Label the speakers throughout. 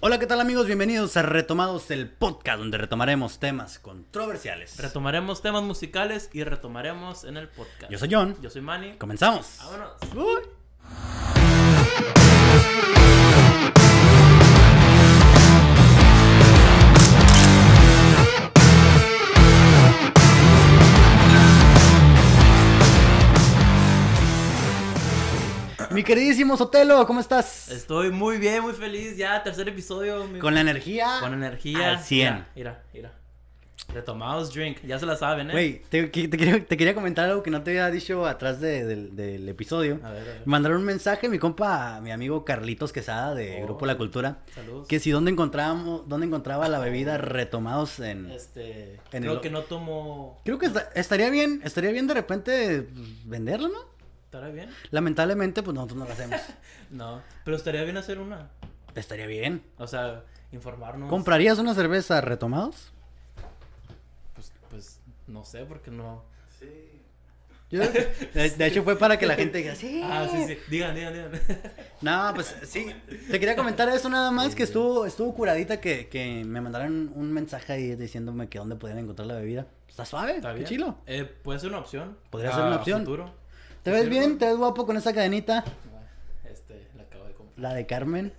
Speaker 1: Hola, ¿qué tal amigos? Bienvenidos a Retomados, el podcast donde retomaremos temas controversiales.
Speaker 2: Retomaremos temas musicales y retomaremos en el podcast.
Speaker 1: Yo soy John.
Speaker 2: Yo soy Manny.
Speaker 1: Comenzamos.
Speaker 2: Vámonos.
Speaker 1: Uy. Mi queridísimo Sotelo, ¿cómo estás?
Speaker 2: Estoy muy bien, muy feliz. Ya, tercer episodio. mi-
Speaker 1: Con la energía.
Speaker 2: con energía.
Speaker 1: al cien.
Speaker 2: Mira, mira, mira. Retomados Drink. Ya se la saben, ¿eh?
Speaker 1: Güey, te, que- te quería, te quería comentar algo que no te había dicho atrás de- del- del episodio.
Speaker 2: A ver, a ver.
Speaker 1: Me Mandaron un mensaje mi compa, mi amigo Carlitos Quesada de
Speaker 2: Oh.
Speaker 1: Grupo La Cultura,
Speaker 2: Saludos.
Speaker 1: que si dónde encontrábamos, dónde encontraba la bebida retomados en
Speaker 2: Este.
Speaker 1: En
Speaker 2: creo
Speaker 1: el-
Speaker 2: que no tomo.
Speaker 1: Creo que esta- estaría bien, estaría bien de repente pues, venderla, ¿no?
Speaker 2: ¿Estará bien?
Speaker 1: Lamentablemente, pues nosotros no la hacemos.
Speaker 2: No. Pero estaría bien hacer una.
Speaker 1: estaría bien.
Speaker 2: O sea, informarnos.
Speaker 1: ¿Comprarías una cerveza retomados?
Speaker 2: Pues, pues no sé, porque no.
Speaker 1: Yo creo que- de, de hecho fue para que la gente diga, sí.
Speaker 2: Ah, sí, sí. Digan, digan, digan.
Speaker 1: No, pues sí. Te quería comentar eso nada más, que estuvo, estuvo curadita que, que me mandaron un mensaje ahí diciéndome que dónde podían encontrar la bebida. Está suave,
Speaker 2: ¿Está
Speaker 1: qué
Speaker 2: bien?
Speaker 1: chilo.
Speaker 2: Eh, Puede ser una opción.
Speaker 1: Podría ser una
Speaker 2: a
Speaker 1: opción.
Speaker 2: futuro.
Speaker 1: ¿Te ves
Speaker 2: Sí,
Speaker 1: bien?
Speaker 2: bueno.
Speaker 1: ¿Te ves guapo con esa cadenita?
Speaker 2: Este, la acabo de comprar.
Speaker 1: La de Carmen.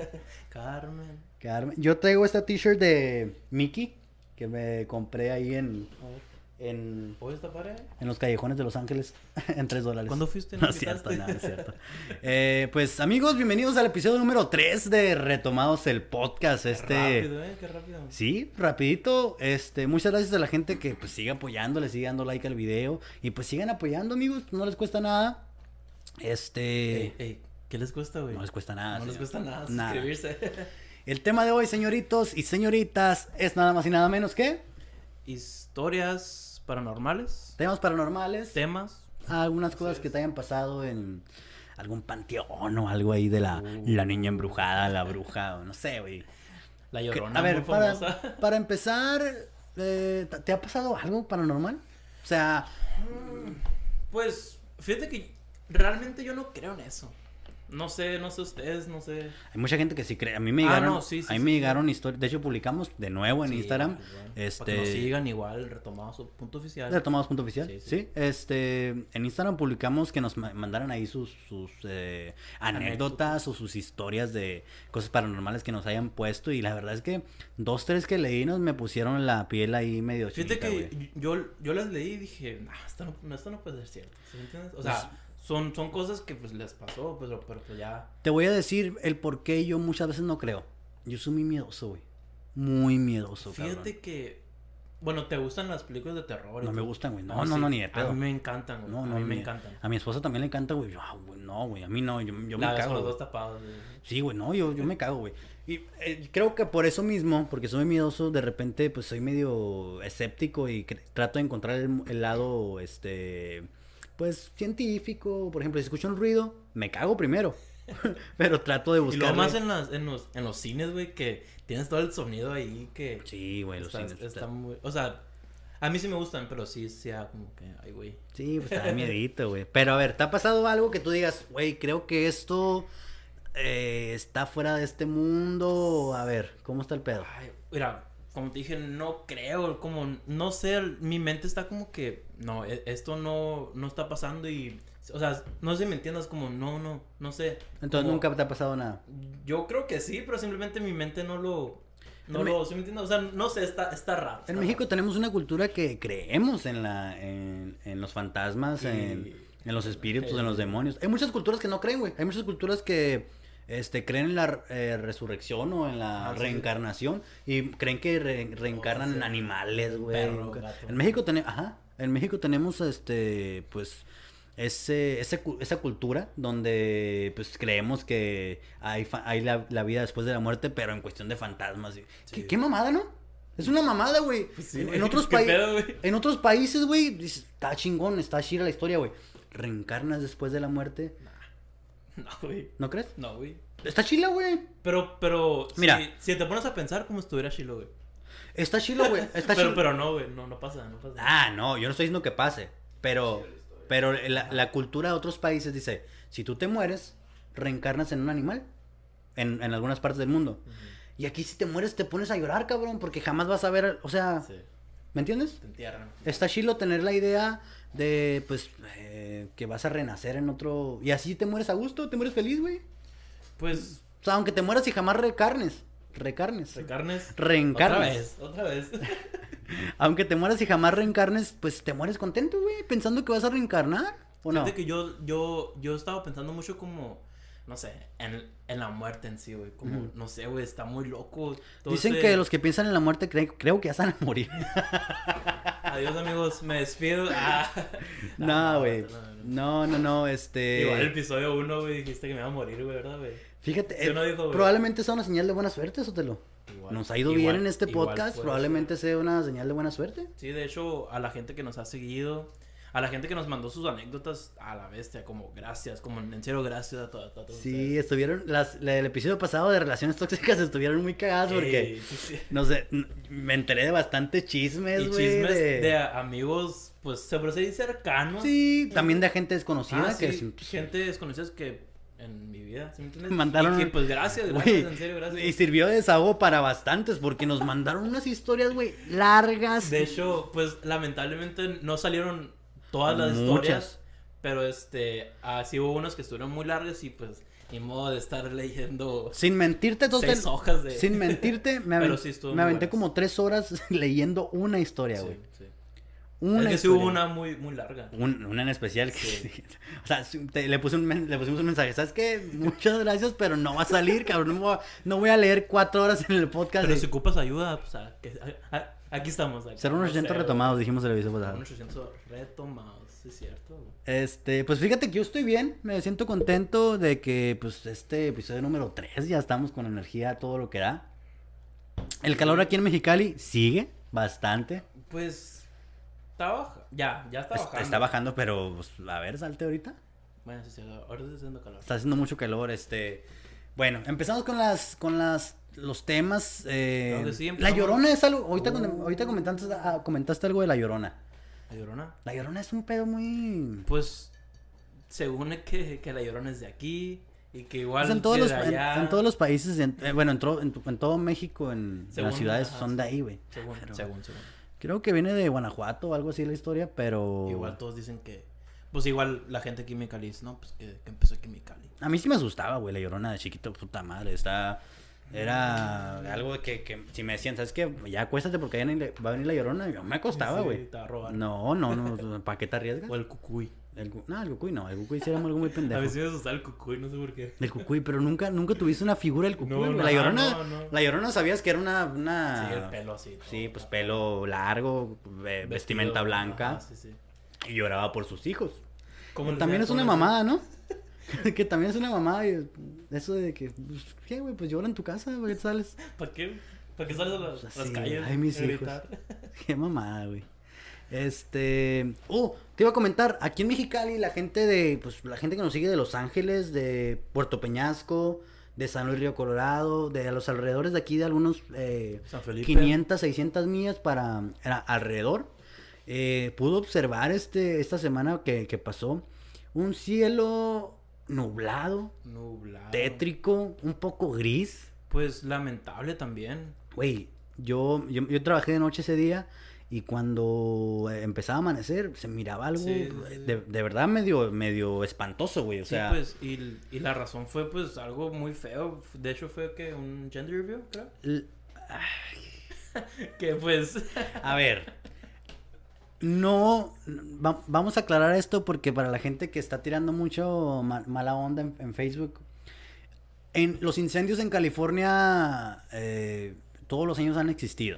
Speaker 2: Carmen.
Speaker 1: Carmen. Yo traigo esta t-shirt de Mickey que me compré ahí en,
Speaker 2: A ver,
Speaker 1: en
Speaker 2: ¿Puedes tapar eh?
Speaker 1: En los callejones de Los Ángeles, en 3 dólares.
Speaker 2: ¿Cuándo fuiste?
Speaker 1: No
Speaker 2: ¿No
Speaker 1: es cierto, no,
Speaker 2: invitaste?
Speaker 1: no es cierto. Eh, pues amigos, bienvenidos al episodio número 3 de Retomados el Podcast. Este.
Speaker 2: Qué rápido, ¿eh? Qué rápido.
Speaker 1: Sí, rapidito. Este, muchas gracias a la gente que pues sigue apoyando, le sigue dando like al video. Y pues sigan apoyando, amigos. No les cuesta nada.
Speaker 2: Ey,
Speaker 1: Este.
Speaker 2: ey, ¿qué les cuesta, güey?
Speaker 1: no les cuesta nada.
Speaker 2: No les
Speaker 1: señor.
Speaker 2: cuesta nada
Speaker 1: Nada.
Speaker 2: suscribirse.
Speaker 1: El tema de hoy, señoritos y señoritas, es nada más y nada menos que
Speaker 2: Historias paranormales,
Speaker 1: temas paranormales.
Speaker 2: temas.
Speaker 1: algunas cosas que te hayan pasado en algún panteón o algo ahí de la,
Speaker 2: Uh.
Speaker 1: la niña embrujada, la bruja, o no sé, güey.
Speaker 2: La
Speaker 1: Que-
Speaker 2: llorona,
Speaker 1: A ver,
Speaker 2: muy
Speaker 1: para,
Speaker 2: famosa.
Speaker 1: para empezar, eh, ¿te- ¿te ha pasado algo paranormal? O sea,
Speaker 2: Pues, fíjate que realmente yo no creo en eso. No sé, no sé ustedes, no sé.
Speaker 1: hay mucha gente que sí cree. A mí me
Speaker 2: Ah,
Speaker 1: llegaron,
Speaker 2: no, sí, sí,
Speaker 1: a mí
Speaker 2: sí,
Speaker 1: me
Speaker 2: sí.
Speaker 1: llegaron historias. De hecho, publicamos de nuevo en
Speaker 2: Sí,
Speaker 1: Instagram.
Speaker 2: igual, igual. Para
Speaker 1: Este,
Speaker 2: que nos sigan igual, retomado su punto oficial.
Speaker 1: Retomados punto oficial. Sí,
Speaker 2: Sí, sí.
Speaker 1: Este, en Instagram publicamos que nos ma- mandaran ahí sus, sus eh, anécdotas
Speaker 2: Anécdotas.
Speaker 1: o sus historias de cosas paranormales que nos hayan puesto. Y la verdad es que dos, tres que leí nos me pusieron la piel ahí medio
Speaker 2: Fíjate
Speaker 1: chinita,
Speaker 2: que
Speaker 1: güey.
Speaker 2: yo, yo las leí y dije, nah, esto no, no, esto no puede ser cierto. ¿sí me entiendes?
Speaker 1: Pues
Speaker 2: O sea, son, son cosas que pues les pasó, pero, pero pues ya.
Speaker 1: Te voy a decir el por qué yo muchas veces no creo. Yo soy muy miedoso, güey. Muy miedoso,
Speaker 2: Fíjate
Speaker 1: cabrón.
Speaker 2: que, bueno, ¿te gustan las películas de terror? y
Speaker 1: No me
Speaker 2: todo?
Speaker 1: gustan, güey. No, no, no,
Speaker 2: Ah, sí.
Speaker 1: ni de pedo.
Speaker 2: A mí me encantan, güey.
Speaker 1: No,
Speaker 2: a
Speaker 1: no,
Speaker 2: mí me
Speaker 1: ni-
Speaker 2: encantan.
Speaker 1: A mi esposa también le encanta, güey. Yo, ah, güey, no, güey. A mí no, yo, yo
Speaker 2: La
Speaker 1: me
Speaker 2: ves
Speaker 1: cago.
Speaker 2: con
Speaker 1: güey.
Speaker 2: los dos tapados. güey.
Speaker 1: Sí, güey, no, yo, yo me cago, güey. Y eh, creo que por eso mismo, porque soy miedoso, de repente pues soy medio escéptico y cre- trato de encontrar el, el lado, este, pues científico. Por ejemplo, si escucho un ruido, me cago primero. Pero trato de
Speaker 2: Y
Speaker 1: buscar.
Speaker 2: luego más en, las, en, los, en los cines, güey, que tienes todo el sonido ahí que...
Speaker 1: Sí, güey, los
Speaker 2: está,
Speaker 1: cines.
Speaker 2: está
Speaker 1: está-
Speaker 2: muy... O sea, a mí sí me gustan, pero sí, sí, ah, como que, ay, güey.
Speaker 1: Sí, pues te da miedito, güey. Pero a ver, ¿te ha pasado algo que tú digas, güey, creo que esto eh, está fuera de este mundo? A ver, ¿cómo está el pedo?
Speaker 2: Ay, mira, como te dije, no creo, como, no sé, el- mi mente está como que, no, e- esto no, no está pasando y, o sea, no sé si me entiendas, como, no, no, no sé.
Speaker 1: Entonces
Speaker 2: como-
Speaker 1: nunca te ha pasado nada.
Speaker 2: Yo creo que sí, pero simplemente mi mente no lo, no
Speaker 1: En
Speaker 2: lo, ¿sí me entiendes? O sea, no sé, está, está raro. está
Speaker 1: En México tenemos una cultura que creemos en la en, en los fantasmas,
Speaker 2: Sí.
Speaker 1: en, en los espíritus, en los demonios. Hay muchas culturas que no creen, güey. Hay muchas culturas que este, creen en la eh, resurrección o en la
Speaker 2: Ah, sí, sí.
Speaker 1: reencarnación y creen que re- reencarnan
Speaker 2: sí.
Speaker 1: en animales, güey.
Speaker 2: Perro, gato.
Speaker 1: En México tenemos, ajá, en México tenemos este pues ese, ese cu- esa cultura donde pues creemos que hay, fa- hay la, la vida después de la muerte, pero en cuestión de fantasmas. y- ¿Qué,
Speaker 2: Sí.
Speaker 1: qué mamada, no? Es una mamada, güey.
Speaker 2: raro. Pues Sí,
Speaker 1: en,
Speaker 2: güey,
Speaker 1: en otros
Speaker 2: ¿qué
Speaker 1: países,
Speaker 2: pedo, güey?
Speaker 1: en otros países, güey, dices, está chingón, está chida la historia, güey. Reencarnas después de la muerte,
Speaker 2: No, güey.
Speaker 1: ¿no crees?
Speaker 2: No, güey.
Speaker 1: Está chila, güey.
Speaker 2: Pero, pero,
Speaker 1: Mira.
Speaker 2: Si, si te pones a pensar como estuviera Shiloh, güey.
Speaker 1: Está chila, güey. Está
Speaker 2: Pero,
Speaker 1: chila.
Speaker 2: pero no, güey, no, no pasa, no pasa.
Speaker 1: Ah, no, yo no estoy diciendo que pase, pero pero la, la cultura de otros países dice, si tú te mueres, reencarnas en un animal en, en algunas partes del mundo.
Speaker 2: Ujú.
Speaker 1: Y aquí si te mueres te pones a llorar, cabrón, porque jamás vas a ver, o sea,
Speaker 2: Sí,
Speaker 1: ¿me entiendes?
Speaker 2: te entierran.
Speaker 1: Está chilo tener la idea de, pues, eh, que vas a renacer en otro... Y así te mueres a gusto, te mueres feliz, güey.
Speaker 2: Pues,
Speaker 1: O sea, aunque te mueras y jamás recarnes. Recarnes.
Speaker 2: de carnes. Otra
Speaker 1: Reencarnes.
Speaker 2: vez, otra vez.
Speaker 1: Aunque te mueras y jamás reencarnes, pues te mueres contento, güey, pensando que vas a reencarnar. ¿O no?
Speaker 2: Fíjate que yo, yo, yo estaba pensando mucho como, no sé, en, en la muerte en sí, güey. Como,
Speaker 1: Ujú.
Speaker 2: no sé, güey, está muy loco. todo
Speaker 1: Dicen
Speaker 2: ese-
Speaker 1: que los que piensan en la muerte creen, creo que ya se van a morir.
Speaker 2: Adiós, amigos, me despido. Ah. Ah,
Speaker 1: no, güey.
Speaker 2: no, no.
Speaker 1: No, no, no, este...
Speaker 2: Igual el episodio 1, güey, dijiste que me iba a morir, güey, ¿verdad, güey?
Speaker 1: Fíjate,
Speaker 2: Sí,
Speaker 1: eh,
Speaker 2: no dijo, güey.
Speaker 1: probablemente sea una señal de buena suerte, Sotelo.
Speaker 2: Igual-
Speaker 1: Nos ha ido
Speaker 2: igual-
Speaker 1: bien en este
Speaker 2: igual
Speaker 1: podcast,
Speaker 2: puede
Speaker 1: probablemente sea una señal de buena suerte.
Speaker 2: ser. Sí, de hecho, a la gente que nos ha seguido, a la gente que nos mandó sus anécdotas, a la bestia, como gracias, como en serio, gracias a todas.
Speaker 1: Sí, estuvieron, las, la- el episodio pasado de relaciones tóxicas estuvieron muy cagadas porque,
Speaker 2: Eh, Sí, sí.
Speaker 1: no sé, n- me enteré de bastantes chismes,
Speaker 2: Y
Speaker 1: güey.
Speaker 2: chismes
Speaker 1: de-
Speaker 2: de... amigos, pues, se procede cercanos.
Speaker 1: Sí, también de gente desconocida
Speaker 2: Ah,
Speaker 1: que...
Speaker 2: sí,
Speaker 1: pues,
Speaker 2: gente desconocida que en mi vida, ¿sí me entiendes?
Speaker 1: Mandaron-
Speaker 2: Y que, pues gracias,
Speaker 1: Güey,
Speaker 2: gracias, en serio, gracias.
Speaker 1: pues, Y sirvió de desahogo para bastantes porque nos mandaron unas historias, güey, largas.
Speaker 2: De hecho, pues lamentablemente no salieron todas las
Speaker 1: Muchas.
Speaker 2: historias, pero este, así hubo unos que estuvieron muy largas y pues ni modo de estar leyendo
Speaker 1: Sin mentirte, entonces...
Speaker 2: seis hojas de...
Speaker 1: Sin mentirte, me,
Speaker 2: Pero
Speaker 1: aven-
Speaker 2: sí estuvo
Speaker 1: me
Speaker 2: muy
Speaker 1: aventé
Speaker 2: buenas.
Speaker 1: como tres horas leyendo una historia,
Speaker 2: Sí,
Speaker 1: güey.
Speaker 2: sí. Es
Speaker 1: Una
Speaker 2: que sí
Speaker 1: historia.
Speaker 2: hubo una muy, muy larga.
Speaker 1: Un- una en especial que...
Speaker 2: Sí.
Speaker 1: o sea, sí, te- le, puse un men- le pusimos un mensaje. ¿Sabes qué? Muchas gracias, pero no va a salir, cabrón. No voy a, no voy a leer cuatro horas en el podcast.
Speaker 2: Pero
Speaker 1: de-
Speaker 2: si ocupas ayuda, pues a- que- a- a- aquí estamos. Aquí,
Speaker 1: Ser unos 800 retomados, dijimos el aviso pasado.
Speaker 2: 800 retomados, sí es cierto. güey.
Speaker 1: Este, pues fíjate que yo estoy bien, me siento contento de que pues este episodio número 3 ya estamos con energía, todo lo que da. El calor aquí en Mexicali sigue bastante.
Speaker 2: Pues está baja. Ya, ya está
Speaker 1: Es-
Speaker 2: bajando.
Speaker 1: Está bajando, pero pues, a ver, salte ahorita.
Speaker 2: Bueno, sí, sí, ahora está haciendo calor.
Speaker 1: Está haciendo mucho calor, este. Bueno, empezamos con las con las los temas eh,
Speaker 2: Claro que sí,
Speaker 1: La
Speaker 2: empezamos.
Speaker 1: Llorona es algo ahorita con-
Speaker 2: Uh.
Speaker 1: ahorita comentaste, ah, comentaste algo de La Llorona.
Speaker 2: ¿La llorona?
Speaker 1: La Llorona es un pedo muy
Speaker 2: Pues según es que, que la llorona es de aquí y que igual.
Speaker 1: Pues en, todos los,
Speaker 2: desde
Speaker 1: en,
Speaker 2: allá,
Speaker 1: en todos los países, en- eh, bueno, en, tro- en, tu- en todo México, en, en
Speaker 2: Según-
Speaker 1: las ciudades
Speaker 2: ajá,
Speaker 1: son de ahí, güey.
Speaker 2: Según,
Speaker 1: Pero
Speaker 2: según, según.
Speaker 1: Creo que viene de Guanajuato o algo así la historia, pero...
Speaker 2: Igual todos dicen que. Pues igual la gente aquí en Mexicali dice, no, pues que, que empezó aquí en Mexicali.
Speaker 1: A mí sí me asustaba, güey, la llorona de chiquito, puta madre, está...
Speaker 2: Mm.
Speaker 1: Era algo que, que si me decían, ¿sabes qué? Ya acuéstate porque ahí va a venir la llorona, yo me acostaba,
Speaker 2: Sí,
Speaker 1: güey.
Speaker 2: te va a robar.
Speaker 1: No, no, no, ¿para qué te arriesgas?
Speaker 2: O el cucuy.
Speaker 1: El cu- no, el cucuy no, el cucuy sí era algo muy
Speaker 2: A
Speaker 1: pendejo.
Speaker 2: veces me asustaba el cucuy, no sé por qué.
Speaker 1: El cucuy, pero nunca, nunca tuviste una figura del cucuy,
Speaker 2: No,
Speaker 1: güey.
Speaker 2: no,
Speaker 1: la
Speaker 2: ah,
Speaker 1: llorona,
Speaker 2: no, no.
Speaker 1: la llorona sabías que era una, una...
Speaker 2: Sí, el pelo así. todo.
Speaker 1: Sí, pues pelo largo, ve-
Speaker 2: Vestido,
Speaker 1: vestimenta blanca
Speaker 2: ajá, sí, sí.
Speaker 1: y lloraba por sus hijos.
Speaker 2: ¿Cómo les
Speaker 1: también
Speaker 2: llaman?
Speaker 1: es una
Speaker 2: ¿Cómo les
Speaker 1: mamada, ¿no? que también es una mamada y eso de que, pues, ¿qué, güey? Pues llora en tu casa, güey, sales.
Speaker 2: llaman? ¿Para qué? ¿Para qué sales a las,
Speaker 1: Pues
Speaker 2: las
Speaker 1: así,
Speaker 2: calles?
Speaker 1: ay, mis
Speaker 2: a gritar?
Speaker 1: Qué mamada, güey. Este, oh, te iba a comentar, aquí en Mexicali la gente de, pues, la gente que nos sigue de Los Ángeles, de Puerto Peñasco, de San Luis Río Colorado, de los alrededores de aquí de algunos eh,
Speaker 2: San Felipe.
Speaker 1: 500, 600 millas para era alrededor. Eh, pude observar este esta semana que, que pasó un cielo nublado,
Speaker 2: Nublado.
Speaker 1: tétrico, un poco gris.
Speaker 2: Pues lamentable también.
Speaker 1: Güey, yo, yo, yo trabajé de noche ese día y cuando eh, empezaba a amanecer se miraba algo
Speaker 2: Sí, sí, sí.
Speaker 1: De, de verdad medio, medio espantoso, güey. O
Speaker 2: sí,
Speaker 1: sea,
Speaker 2: pues, y, l- y la razón fue, pues, algo muy feo. De hecho, fue que un gender review, creo.
Speaker 1: l-
Speaker 2: Que, pues,
Speaker 1: A ver. No, va- vamos a aclarar esto porque para la gente que está tirando mucho ma- mala onda en, en Facebook, en los incendios en California eh, todos los años han existido.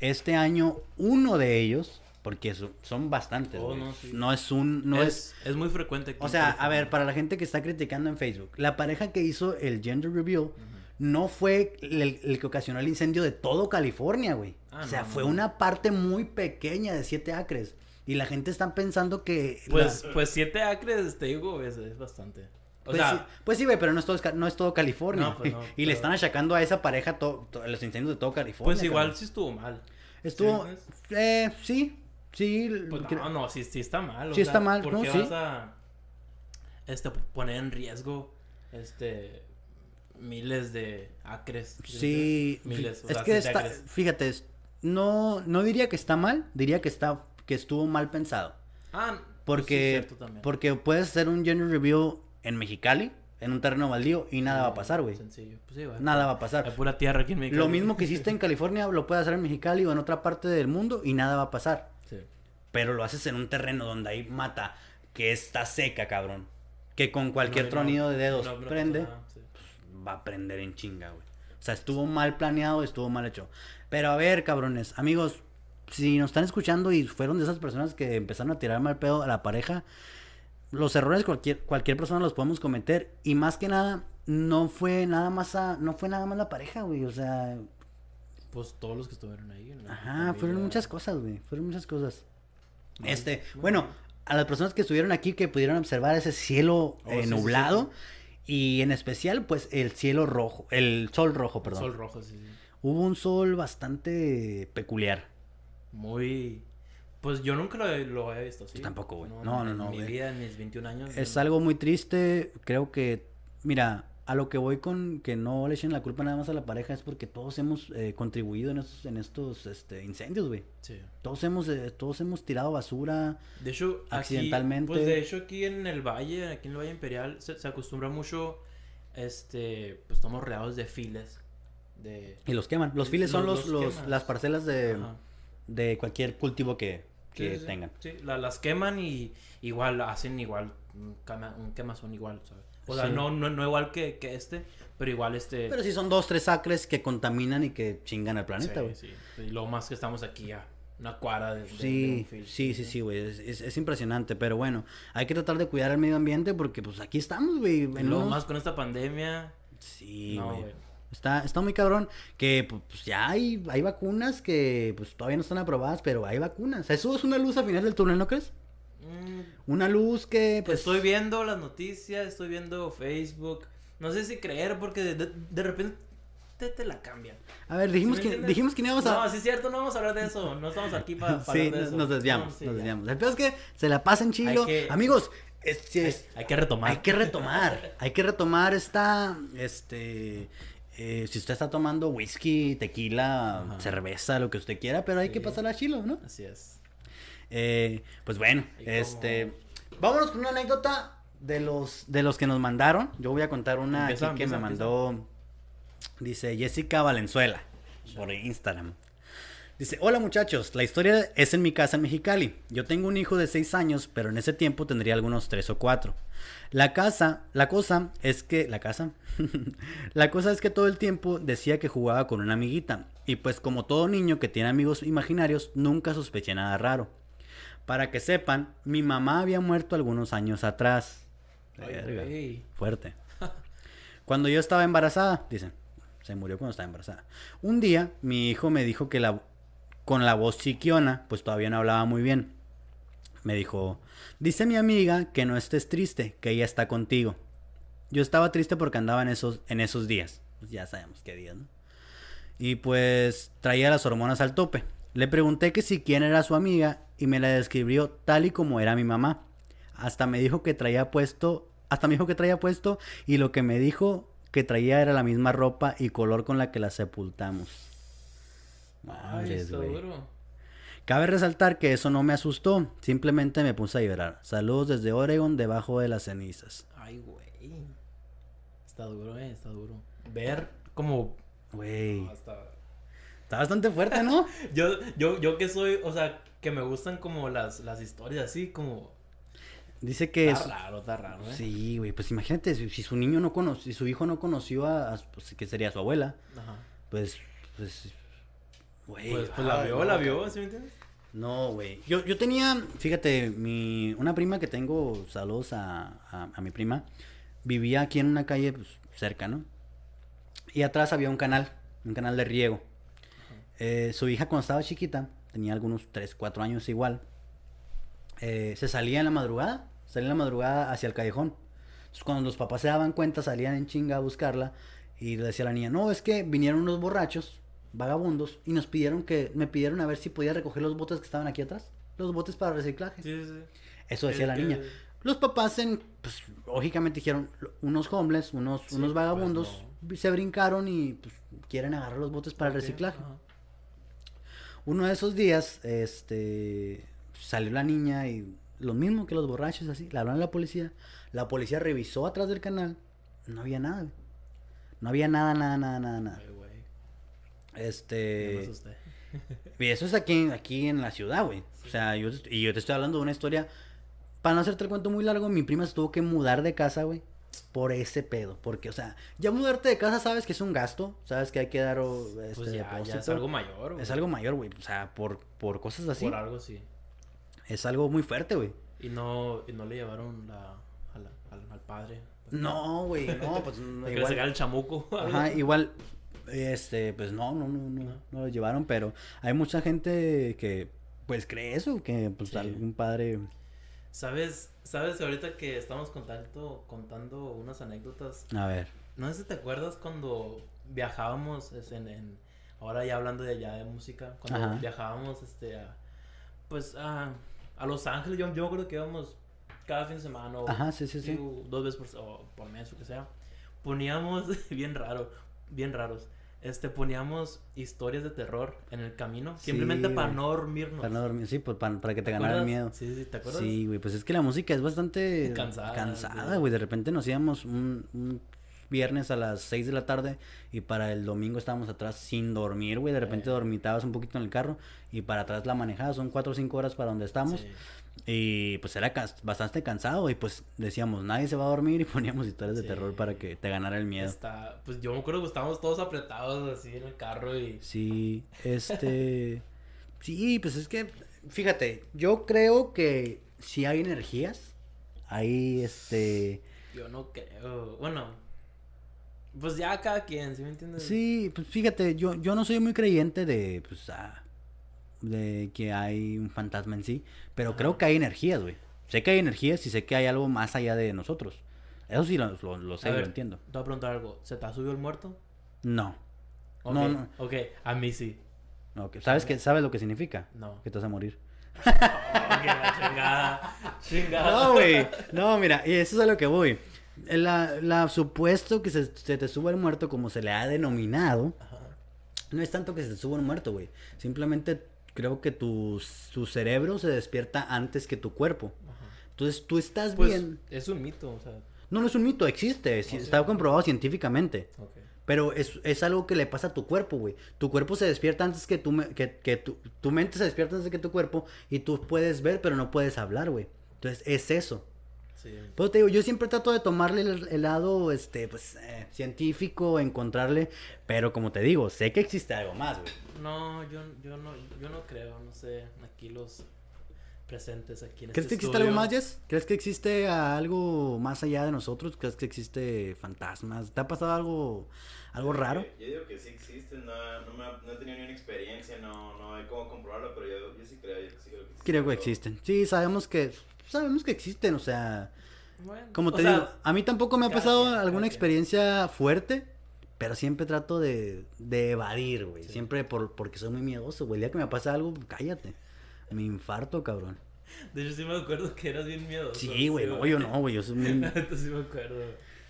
Speaker 1: Este año uno de ellos, porque so- son bastantes,
Speaker 2: Oh,
Speaker 1: güey,
Speaker 2: no,
Speaker 1: no,
Speaker 2: sí.
Speaker 1: es un, no es,
Speaker 2: es, es muy frecuente. aquí
Speaker 1: o
Speaker 2: en
Speaker 1: sea, a
Speaker 2: California.
Speaker 1: ver, para la gente que está criticando en Facebook, la pareja que hizo el gender reveal no fue el, el que ocasionó el incendio de todo California, güey.
Speaker 2: Ah,
Speaker 1: o sea,
Speaker 2: no, no,
Speaker 1: fue
Speaker 2: no.
Speaker 1: una parte muy pequeña de siete acres. Y la gente está pensando que... la-
Speaker 2: Pues, pues, siete acres, te digo, es, es bastante. O
Speaker 1: pues,
Speaker 2: sea,
Speaker 1: sí, pues sí, güey, pero no es todo, Esca- no es todo California.
Speaker 2: No, pues no,
Speaker 1: y
Speaker 2: pero-
Speaker 1: le están achacando a esa pareja to- to- los incendios de todo California.
Speaker 2: pues igual
Speaker 1: cabrón.
Speaker 2: sí estuvo mal.
Speaker 1: Estuvo...
Speaker 2: ¿sí
Speaker 1: eh, sí, sí.
Speaker 2: Pues,
Speaker 1: cre-
Speaker 2: no, no, sí, sí está mal. o
Speaker 1: Sí
Speaker 2: sea,
Speaker 1: está mal,
Speaker 2: ¿por
Speaker 1: no,
Speaker 2: qué
Speaker 1: sí.
Speaker 2: vas a este, poner en riesgo este miles de acres.
Speaker 1: Sí,
Speaker 2: ¿sí? pues miles.
Speaker 1: fi-
Speaker 2: o
Speaker 1: es
Speaker 2: sea,
Speaker 1: que
Speaker 2: siete
Speaker 1: está-
Speaker 2: acres.
Speaker 1: fíjate, es- no, no diría que está mal, diría que está, que estuvo mal pensado.
Speaker 2: Ah,
Speaker 1: Porque,
Speaker 2: pues sí, cierto también.
Speaker 1: porque puedes hacer un gender review en Mexicali, en un terreno baldío, y nada va a pasar, güey.
Speaker 2: Sencillo. Pues sí, güey.
Speaker 1: Nada va a
Speaker 2: Hay
Speaker 1: pasar.
Speaker 2: pura tierra aquí en México.
Speaker 1: Lo mismo que hiciste en California, lo puedes hacer en Mexicali o en otra parte del mundo y nada va a pasar.
Speaker 2: Sí.
Speaker 1: Pero lo haces en un terreno donde hay mata que está seca, cabrón. Que con cualquier
Speaker 2: No, no,
Speaker 1: tronido de dedos
Speaker 2: no, no
Speaker 1: prende.
Speaker 2: pasa nada, sí.
Speaker 1: va a prender en chinga, güey. O sea, estuvo mal planeado, estuvo mal hecho. Pero a ver, cabrones, amigos, si nos están escuchando y fueron de esas personas que empezaron a tirar mal pedo a la pareja, los errores cualquier, cualquier persona los podemos cometer. Y más que nada, no fue nada más a, no fue nada más la pareja, güey. O sea,
Speaker 2: Pues todos los que estuvieron ahí. ¿no?
Speaker 1: ajá, fueron
Speaker 2: Familia.
Speaker 1: muchas cosas, güey. Fueron muchas cosas.
Speaker 2: Bueno,
Speaker 1: Este,
Speaker 2: bueno.
Speaker 1: bueno, a las personas que estuvieron aquí que pudieron observar ese cielo
Speaker 2: Oh,
Speaker 1: eh,
Speaker 2: sí, sí,
Speaker 1: nublado. Y en especial, pues, el cielo rojo, el sol rojo, perdón.
Speaker 2: Sol rojo, sí, sí.
Speaker 1: Hubo un sol bastante peculiar.
Speaker 2: Muy. Pues yo nunca lo, he- lo he visto así.
Speaker 1: Yo tampoco, güey. No, no,
Speaker 2: en
Speaker 1: no,
Speaker 2: Mi
Speaker 1: güey.
Speaker 2: vida, en mis 21 años.
Speaker 1: Es
Speaker 2: no.
Speaker 1: algo muy triste, creo que, mira, a lo que voy con que no le echen la culpa nada más a la pareja es porque todos hemos eh, contribuido en estos, en estos este, incendios, güey.
Speaker 2: Sí.
Speaker 1: Todos hemos, eh, todos hemos tirado basura.
Speaker 2: De hecho, aquí-
Speaker 1: Accidentalmente.
Speaker 2: pues de hecho, aquí en el Valle, aquí en el Valle Imperial, se, se acostumbra mucho. Este. Pues estamos rodeados de files. De.
Speaker 1: Y los queman. Los files son
Speaker 2: Los-
Speaker 1: los,
Speaker 2: los
Speaker 1: los-
Speaker 2: queman.
Speaker 1: las parcelas de,
Speaker 2: Ajá.
Speaker 1: de cualquier cultivo que,
Speaker 2: Sí,
Speaker 1: que
Speaker 2: sí, sí.
Speaker 1: tengan.
Speaker 2: Sí, la- las queman y igual hacen igual un, cama- un quemazón igual, ¿sabes? O sea,
Speaker 1: Sí.
Speaker 2: no, no, no igual que, que este, pero igual este.
Speaker 1: Pero sí son dos, tres acres que contaminan y que chingan al
Speaker 2: sí,
Speaker 1: planeta, güey.
Speaker 2: sí. Y lo más que estamos aquí a una cuadra de, de- de
Speaker 1: Sí,
Speaker 2: un field.
Speaker 1: sí, sí, sí, güey. Es, es- es impresionante, pero bueno, hay que tratar de cuidar el medio ambiente porque pues aquí estamos, güey.
Speaker 2: Y
Speaker 1: en
Speaker 2: lo
Speaker 1: unos-
Speaker 2: más con esta pandemia.
Speaker 1: Sí,
Speaker 2: no,
Speaker 1: güey.
Speaker 2: güey.
Speaker 1: está, está muy cabrón que pu- pues ya hay, hay vacunas que pues todavía no están aprobadas, pero hay vacunas. Eso es una luz al final del túnel, ¿no crees?
Speaker 2: Mm,
Speaker 1: Una luz que pues
Speaker 2: estoy viendo las noticias, estoy viendo Facebook. No sé si creer porque de, de- de repente te, te la cambian.
Speaker 1: A ver, dijimos
Speaker 2: ¿Sí me
Speaker 1: que
Speaker 2: entiendes?
Speaker 1: dijimos que no íbamos a
Speaker 2: No, sí es cierto, no vamos a hablar de eso. No estamos aquí para,
Speaker 1: Sí,
Speaker 2: hablar de
Speaker 1: nos,
Speaker 2: eso.
Speaker 1: nos desviamos,
Speaker 2: No, sí,
Speaker 1: nos
Speaker 2: ya.
Speaker 1: desviamos. El peor es que se la pasen chilo.
Speaker 2: que-
Speaker 1: Amigos, es- si
Speaker 2: Hay,
Speaker 1: es-
Speaker 2: hay que retomar.
Speaker 1: Hay que retomar, hay que retomar esta, este, eh, si usted está tomando whisky, tequila,
Speaker 2: Ajá.
Speaker 1: cerveza, lo que usted quiera, pero hay que
Speaker 2: Sí.
Speaker 1: pasar a chilo, ¿no?
Speaker 2: Así es.
Speaker 1: Eh, pues bueno,
Speaker 2: Y como-
Speaker 1: este, vámonos con una anécdota de los, de los que nos mandaron. Yo voy a contar una
Speaker 2: Empieza,
Speaker 1: aquí que
Speaker 2: empieza,
Speaker 1: me
Speaker 2: empieza.
Speaker 1: mandó, dice Jessica Valenzuela, por Instagram. Dice, hola muchachos, la historia es en mi casa en Mexicali. Yo tengo un hijo de 6 años, pero en ese tiempo tendría algunos 3 o 4. La casa, la cosa es que, la casa, la cosa es que todo el tiempo decía que jugaba con una amiguita. Y pues como todo niño que tiene amigos imaginarios, nunca sospeché nada raro. Para que sepan, mi mamá había muerto algunos años atrás. Verga.
Speaker 2: Ey,
Speaker 1: Fuerte. Cuando yo estaba embarazada, dicen, se murió cuando estaba embarazada. Un día mi hijo me dijo que la, con la voz chiquiona, pues todavía no hablaba muy bien. Me dijo, dice mi amiga que no estés triste, que ella está contigo. Yo estaba triste porque andaba en esos, en esos días. Pues ya sabemos qué días, ¿no? Y pues traía las hormonas al tope. Le pregunté que si quién era su amiga y me la describió tal y como era mi mamá. Hasta me dijo que traía puesto, hasta me dijo que traía puesto y lo que me dijo que traía era la misma ropa y color con la que la sepultamos.
Speaker 2: Ay,
Speaker 1: Madres,
Speaker 2: está
Speaker 1: güey.
Speaker 2: duro.
Speaker 1: Cabe resaltar que eso no me asustó, simplemente me puse a llorar. Saludos desde Oregon, debajo de las cenizas.
Speaker 2: Ay, güey. Está duro, eh, está duro. Ver como
Speaker 1: Güey,
Speaker 2: hasta-
Speaker 1: está bastante fuerte, ¿no?
Speaker 2: Yo, yo, yo que soy, o sea, que me gustan como las, las historias así, como.
Speaker 1: Dice que es...
Speaker 2: Está raro, está raro, eh.
Speaker 1: Sí, güey, pues imagínate, si, si su niño no conoció, si su hijo no conoció a, a- pues, que sería su abuela,
Speaker 2: Ajá.
Speaker 1: pues, pues, güey.
Speaker 2: Pues, pues la
Speaker 1: ah,
Speaker 2: vio,
Speaker 1: no,
Speaker 2: la vio, ¿sí me entiendes?
Speaker 1: No, güey. Yo, yo tenía, fíjate, mi, una prima que tengo, saludos a, a- a mi prima, vivía aquí en una calle pues, cerca, ¿no? Y atrás había un canal, un canal de riego. Eh, su hija cuando estaba chiquita, tenía algunos 3, 4 años igual, eh, se salía en la madrugada, salía en la madrugada hacia el callejón. Entonces cuando los papás se daban cuenta, salían en chinga a buscarla y le decía a la niña, no, es que vinieron unos borrachos, vagabundos, y nos pidieron que, me pidieron a ver si podía recoger los botes que estaban aquí atrás, los botes para reciclaje.
Speaker 2: Sí, sí, sí.
Speaker 1: Eso decía
Speaker 2: Que-
Speaker 1: la
Speaker 2: que-
Speaker 1: niña. Los papás, en, pues, lógicamente dijeron, unos homeless, unos,
Speaker 2: sí,
Speaker 1: unos
Speaker 2: pues,
Speaker 1: vagabundos,
Speaker 2: no.
Speaker 1: se brincaron y pues, quieren agarrar los botes para el
Speaker 2: Ok,
Speaker 1: reciclaje.
Speaker 2: ajá.
Speaker 1: Uno de esos días, este, salió la niña y lo mismo que los borrachos, así, le hablaron a la policía. La policía revisó atrás del canal, no había nada, güey. No había nada, nada, nada, nada, nada.
Speaker 2: Ay, güey, ya me
Speaker 1: Este,
Speaker 2: asusté.
Speaker 1: y eso es aquí, aquí en la ciudad, güey. O sea, yo, y yo te estoy hablando de una historia, para no hacerte el cuento muy largo, mi prima se tuvo que mudar de casa, güey. Por ese pedo, porque, o sea, ya mudarte de casa sabes que es un gasto, sabes que hay que dar o, este,
Speaker 2: Pues ya, ya es
Speaker 1: depósito.
Speaker 2: algo mayor. güey.
Speaker 1: Es algo mayor, güey. O sea, por, por cosas así.
Speaker 2: Por algo sí.
Speaker 1: Es algo muy fuerte, güey.
Speaker 2: Y no, y no le llevaron la, a la- al, al padre.
Speaker 1: No, güey, no, pues
Speaker 2: No
Speaker 1: no,
Speaker 2: que le sacara
Speaker 1: igual.
Speaker 2: el chamuco.
Speaker 1: Ajá, igual, este, pues no, no, no, no,
Speaker 2: No.
Speaker 1: no lo llevaron, pero hay mucha gente que, pues cree eso, que pues
Speaker 2: Sí.
Speaker 1: algún padre.
Speaker 2: ¿Sabes? ¿Sabes? Ahorita que estamos contando, contando unas anécdotas.
Speaker 1: A ver.
Speaker 2: No sé si te acuerdas cuando viajábamos es en, en- ahora ya hablando de ya de música, cuando
Speaker 1: Ajá.
Speaker 2: viajábamos este a, pues a, a Los Ángeles, yo, yo creo que íbamos cada fin de semana o
Speaker 1: Ajá, sí, sí, sí.
Speaker 2: digo, dos veces por, o por mes o que sea. Poníamos bien raro, bien raros. Este poníamos historias de terror en el camino,
Speaker 1: Sí,
Speaker 2: simplemente para
Speaker 1: güey.
Speaker 2: no dormirnos.
Speaker 1: Para no dormir, sí, pues para, para que te ganara el
Speaker 2: ¿Acuerdas?
Speaker 1: miedo.
Speaker 2: Sí, sí, ¿te acuerdas?
Speaker 1: Sí, güey, pues es que la música es bastante
Speaker 2: Cansada,
Speaker 1: cansada,
Speaker 2: güey.
Speaker 1: güey. De repente nos íbamos un, un viernes a las 6 de la tarde y para el domingo estábamos atrás sin dormir, güey. De repente
Speaker 2: Eh.
Speaker 1: dormitabas un poquito en el carro y para atrás la manejada son 4 o 5 horas para donde estamos.
Speaker 2: Sí.
Speaker 1: Y pues era cas- bastante cansado y pues decíamos, nadie se va a dormir y poníamos historias de
Speaker 2: Sí.
Speaker 1: terror para que te ganara el miedo.
Speaker 2: Está, pues yo me acuerdo que estábamos todos apretados así en el carro y
Speaker 1: Sí, este... sí, pues es que, fíjate, yo creo que si hay energías, hay este...
Speaker 2: yo no creo. Bueno, pues ya cada quien, ¿sí me entiendes?
Speaker 1: Sí, pues fíjate, yo, yo no soy muy creyente de, pues, ah, de que hay un fantasma en sí, pero
Speaker 2: Ajá.
Speaker 1: creo que hay energías, güey. Sé que hay energías y sé que hay algo más allá de nosotros. Eso sí lo, lo- lo sé,
Speaker 2: A
Speaker 1: y lo
Speaker 2: ver.
Speaker 1: entiendo.
Speaker 2: Te voy a preguntar algo. ¿Se te ha subido el muerto?
Speaker 1: No.
Speaker 2: Ok,
Speaker 1: No, no.
Speaker 2: Ok, a mí sí.
Speaker 1: no que- ¿sabes, que, ¿Sabes lo que significa?
Speaker 2: No.
Speaker 1: Que te vas a morir.
Speaker 2: Ok, la chingada. Chingada.
Speaker 1: No, güey. No, mira, y eso es a lo que voy. La, la supuesto que se, se te suba el muerto, como se le ha denominado,
Speaker 2: Ajá.
Speaker 1: No es tanto que se te suba un muerto, güey. Simplemente creo que tu, tu cerebro se despierta antes que tu cuerpo.
Speaker 2: Ajá.
Speaker 1: Entonces tú estás
Speaker 2: Pues
Speaker 1: bien.
Speaker 2: es un mito, o sea.
Speaker 1: No, no es un mito, existe. sí,
Speaker 2: Ok.
Speaker 1: Está comprobado científicamente.
Speaker 2: Ok.
Speaker 1: Pero es, es algo que le pasa a tu cuerpo, güey. Tu cuerpo se despierta antes que tu, me- que, que tu, tu mente se despierta antes que tu cuerpo y tú puedes ver, pero no puedes hablar, güey. Entonces es eso.
Speaker 2: Sí.
Speaker 1: Pero te digo, yo siempre trato de tomarle el, el lado, este, pues, eh, científico, encontrarle. Pero como te digo, sé que existe algo más, güey.
Speaker 2: No, yo, yo no, yo no creo, no sé. Aquí los presentes aquí en
Speaker 1: ¿Crees que
Speaker 2: este
Speaker 1: existe algo
Speaker 2: estudio.
Speaker 1: más, Jess? ¿Crees que existe ah, algo más allá de nosotros? ¿Crees que existe fantasmas? ¿Te ha pasado algo, algo raro?
Speaker 3: Yo digo que sí existen, no, no, me ha- no he tenido ni una experiencia, no, no hay cómo comprobarlo, pero yo, yo sí creo, yo sí creo que existen.
Speaker 1: Creo que existen. Sí, sabemos que sabemos que existen, o sea,
Speaker 2: Bueno,
Speaker 1: como
Speaker 2: o
Speaker 1: te
Speaker 2: sea,
Speaker 1: digo, a mí tampoco me ha
Speaker 2: cada
Speaker 1: pasado
Speaker 2: quien, cada
Speaker 1: alguna
Speaker 2: quien.
Speaker 1: experiencia fuerte, pero siempre trato de, de evadir, güey.
Speaker 2: Sí.
Speaker 1: Siempre por, porque soy muy miedoso, güey. El día que me pasa algo, cállate. Me infarto, cabrón.
Speaker 2: De hecho, sí me acuerdo que eras bien miedoso.
Speaker 1: Sí, güey, no, yo no, güey. Yo soy muy...
Speaker 2: Entonces sí me acuerdo.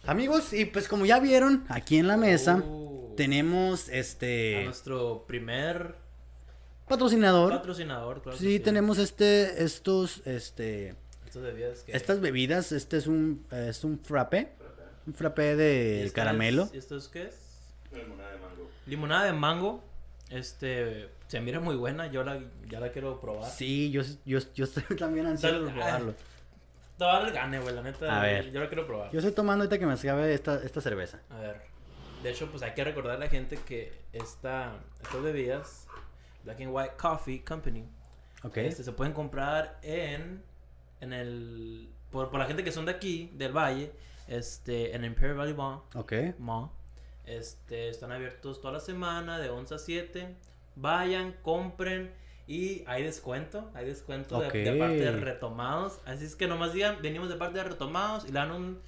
Speaker 1: Amigos, y pues como ya vieron, aquí en la mesa...
Speaker 2: Uh,
Speaker 1: Tenemos
Speaker 2: a
Speaker 1: este
Speaker 2: nuestro primer
Speaker 1: patrocinador.
Speaker 2: patrocinador, claro. que
Speaker 1: sí, tenemos este estos este
Speaker 2: Estos bebidas que-
Speaker 1: estas bebidas, este es un es un frappé, un frappé
Speaker 2: ¿Y
Speaker 1: de
Speaker 2: esto
Speaker 1: caramelo.
Speaker 2: es- ¿Y esto es qué es?
Speaker 3: Limonada de mango. eh,
Speaker 2: Limonada de mango. Este, se mira muy buena, yo la, ya la quiero probar.
Speaker 1: Sí, yo yo yo estoy también ansioso de
Speaker 2: Ay.
Speaker 1: probarlo.
Speaker 2: Te va a dar el gane, güey, la neta.
Speaker 1: A ver.
Speaker 2: Yo la quiero probar.
Speaker 1: Yo estoy tomando ahorita que me acabe esta esta cerveza.
Speaker 2: A ver. De hecho, pues hay que recordar a la gente que esta, estas bebidas, Black and White Coffee Company,
Speaker 1: ¿Ok?
Speaker 2: Este, se pueden comprar en, en el, por, por la gente que son de aquí, del valle, este, en Imperial Valley Mall,
Speaker 1: Ok.
Speaker 2: Mall. Este, están abiertos toda la semana de 11 a 7. Vayan, compren y hay descuento, hay descuento de- de,
Speaker 1: Ok.
Speaker 2: parte de retomados. Así es que nomás digan, venimos de parte de retomados y le dan un,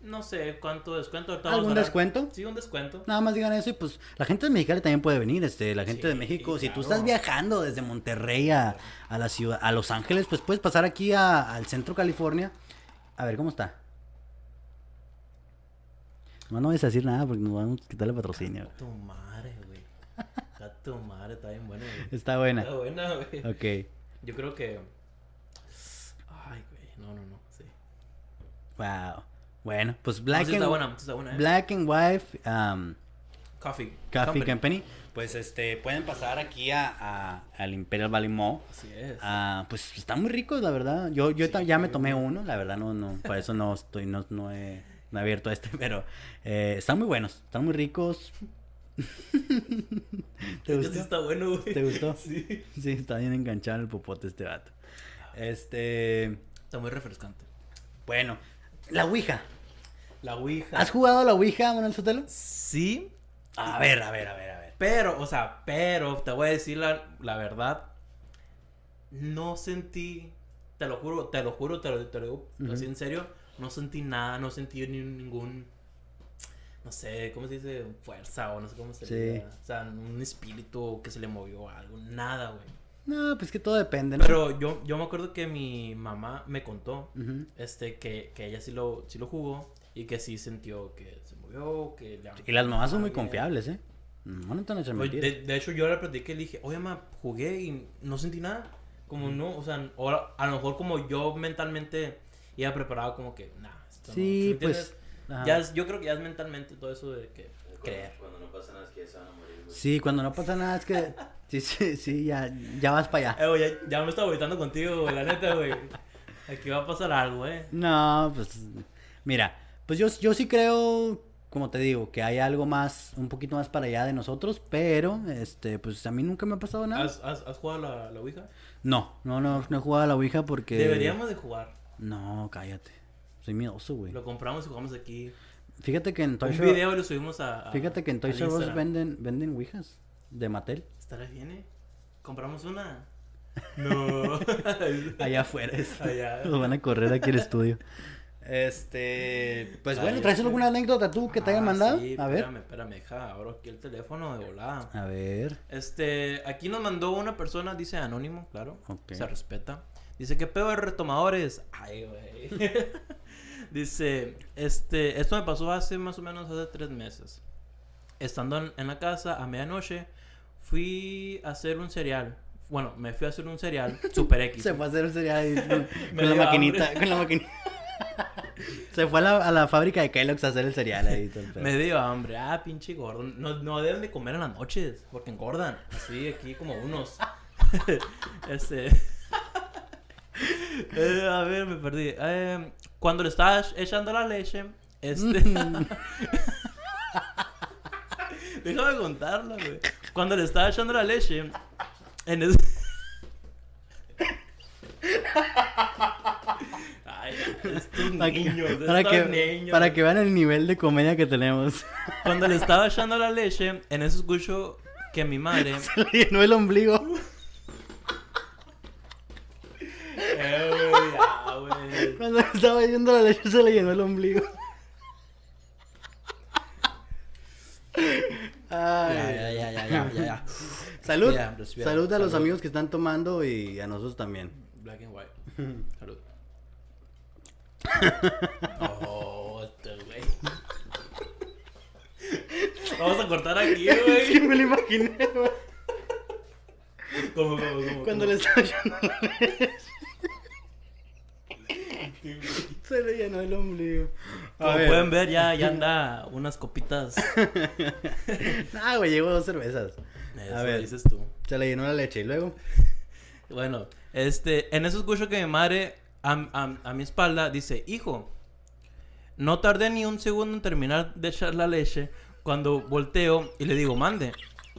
Speaker 2: no sé cuánto descuento. Ahorita vamos a
Speaker 1: ¿Algún
Speaker 2: hablar-
Speaker 1: descuento?
Speaker 2: Sí, un descuento.
Speaker 1: Nada más digan eso y pues la gente de Mexicali también puede venir, este, la gente de
Speaker 2: Sí,
Speaker 1: México, si tú
Speaker 2: claro.
Speaker 1: estás viajando desde Monterrey a, a la ciudad, a Los Ángeles, pues puedes pasar aquí a- al centro California. A ver, ¿cómo está? No, no vayas a decir nada porque nos van a quitar el patrocinio.
Speaker 2: A tu madre, güey. A tu madre, está bien buena, güey.
Speaker 1: Está buena.
Speaker 2: Está buena, güey.
Speaker 1: Ok.
Speaker 2: Yo creo que. Ay, güey. No, no, no. Sí.
Speaker 1: Wow. Bueno, pues
Speaker 2: No,
Speaker 1: Black,
Speaker 2: sí está
Speaker 1: and,
Speaker 2: buena, sí está buena. ¿eh?
Speaker 1: Black and Wife, um,
Speaker 2: Coffee.
Speaker 1: Coffee
Speaker 2: Company.
Speaker 1: Company. Pues este, pueden pasar aquí a, a- al Imperial Valley Mall.
Speaker 2: Así es.
Speaker 1: Ah, pues están muy ricos, la verdad. Yo, yo
Speaker 2: Sí,
Speaker 1: ta- ya me
Speaker 2: yo
Speaker 1: tomé uno, la verdad, no, no, para eso no estoy, no, no he, no he abierto este, pero eh, están muy buenos, están muy ricos. ¿Te
Speaker 2: Este sí
Speaker 1: gustó?
Speaker 2: está bueno, güey.
Speaker 1: ¿Te gustó?
Speaker 2: Sí.
Speaker 1: Sí, está bien enganchado el popote este vato. Este,
Speaker 2: Está muy refrescante.
Speaker 1: bueno, la Ouija.
Speaker 2: La Ouija.
Speaker 1: ¿Has jugado a la Ouija, Manuel Sotelo?
Speaker 2: Sí,
Speaker 1: A ver, a ver, a ver, a ver.
Speaker 2: pero, o sea, pero, te voy a decir la, la verdad. No sentí, te lo juro, te lo juro, te lo, te lo digo
Speaker 1: Ujú.
Speaker 2: así en serio. No sentí nada, no sentí ni ningún, no sé, ¿cómo se dice? Fuerza o no sé cómo se
Speaker 1: Sí.
Speaker 2: dice. O sea, un espíritu que se le movió a algo, nada, güey.
Speaker 1: No, pues que todo depende, ¿no?
Speaker 2: Pero yo, yo me acuerdo que mi mamá me contó
Speaker 1: Ujú.
Speaker 2: este, que, que ella sí lo, sí lo jugó y que sí sintió que se movió, que le
Speaker 1: Y las mamás son muy
Speaker 2: Está bien.
Speaker 1: confiables, ¿eh? No, no te van a echar
Speaker 2: Oye,
Speaker 1: mentiras.
Speaker 2: de, de hecho, yo la platiqué y le dije, oye, ma, jugué y no sentí nada. Como no, o sea, ahora, a lo mejor como yo mentalmente iba preparado, como que, nada.
Speaker 1: Sí, pues. ajá.
Speaker 2: Ya es- yo creo que ya es mentalmente todo eso de que
Speaker 3: Cuando-
Speaker 2: creer.
Speaker 3: Cuando no pasa nada es que ya se van a morir, güey.
Speaker 1: Sí, cuando no pasa nada es que. Sí, sí, sí, ya, ya vas para allá.
Speaker 2: Eh, güey, ya, ya me estaba gritando contigo, güey, la neta, güey. Aquí va a pasar algo, eh.
Speaker 1: No, pues. Mira, pues yo, yo sí creo, como te digo, que hay algo más, un poquito más para allá de nosotros, pero, este, pues a mí nunca me ha pasado nada.
Speaker 2: ¿Has, has, has jugado la, la Ouija?
Speaker 1: No, no, no, no he jugado a la Ouija porque.
Speaker 2: Deberíamos de jugar.
Speaker 1: No, cállate. Soy miedoso, güey.
Speaker 2: Lo compramos y jugamos aquí.
Speaker 1: Fíjate que en Toy
Speaker 2: Un
Speaker 1: Shop-
Speaker 2: video y lo subimos a. a-
Speaker 1: Fíjate que en Toy
Speaker 2: al
Speaker 1: Shop Us
Speaker 2: Instagram.
Speaker 1: venden, venden Ouijas de Mattel.
Speaker 2: ¿Estará bien, eh? ¿Compramos una? No.
Speaker 1: Allá afuera. es-
Speaker 2: Allá.
Speaker 1: Nos van a correr aquí el estudio. Este. Pues
Speaker 2: Ah,
Speaker 1: bueno,
Speaker 2: ya
Speaker 1: ¿traes
Speaker 2: sé.
Speaker 1: alguna anécdota tú que te hayan
Speaker 2: Ah,
Speaker 1: mandado?
Speaker 2: sí,
Speaker 1: a ver.
Speaker 2: Espérame, espérame, deja, abro aquí el teléfono de volada.
Speaker 1: A ver.
Speaker 2: Este, aquí nos mandó una persona, dice anónimo, claro.
Speaker 1: Ok.
Speaker 2: Se respeta. Dice, ¿qué pedo de retomadores? Ay, güey. dice, este, esto me pasó hace más o menos hace tres meses. Estando en, en la casa a medianoche, fui a hacer un cereal. Bueno, me fui a hacer un cereal Super X.
Speaker 1: Se fue a hacer cereal ahí con,
Speaker 2: Me
Speaker 1: con la
Speaker 2: dio
Speaker 1: maquinita.
Speaker 2: hambre.
Speaker 1: Con la maquinita. Se fue a la, a la fábrica de Kellogg's a hacer el cereal ahí. todo el pedo.
Speaker 2: Me dio hambre, ah, pinche gordo. No, no deben de comer en las noches, porque engordan. Así, aquí como unos. este. Eh, a ver, me perdí. Eh, cuando le estaba echando la leche, este. Déjame contarla, güey. Cuando le estaba echando la leche, en ese. Ay, estos
Speaker 1: Para que,
Speaker 2: niños,
Speaker 1: para,
Speaker 2: estos
Speaker 1: que,
Speaker 2: niños.
Speaker 1: para que vean el nivel de comedia que tenemos.
Speaker 2: Cuando le estaba echando la leche, en eso escucho que mi madre.
Speaker 1: Se le llenó el ombligo.
Speaker 2: Eh, güey, ya, güey.
Speaker 1: Cuando estaba yendo la leche se le llenó el ombligo. Ay,
Speaker 2: Ya, ya, ya, ya, ya, ya, ya.
Speaker 1: Salud.
Speaker 2: Respira, respira.
Speaker 1: Salud a los
Speaker 2: Salud.
Speaker 1: amigos que están tomando y a nosotros también.
Speaker 2: Black and white. Salud. Oh, este güey. Vamos a cortar aquí,
Speaker 1: Es que
Speaker 2: güey.
Speaker 1: me lo imaginé, güey.
Speaker 2: Como, como, como.
Speaker 1: Cuando le estaba llenando la leche, se le llenó el ombligo. A
Speaker 2: Como
Speaker 1: ver.
Speaker 2: pueden ver, ya, ya anda unas copitas.
Speaker 1: Ah, güey, llevo dos cervezas.
Speaker 2: Eso
Speaker 1: a ver,
Speaker 2: dices tú.
Speaker 1: se le llenó la leche y luego.
Speaker 2: Bueno, este, en eso escucho que mi madre a, a- a mi espalda dice, hijo, no tardé ni un segundo en terminar de echar la leche cuando volteo y le digo, mande.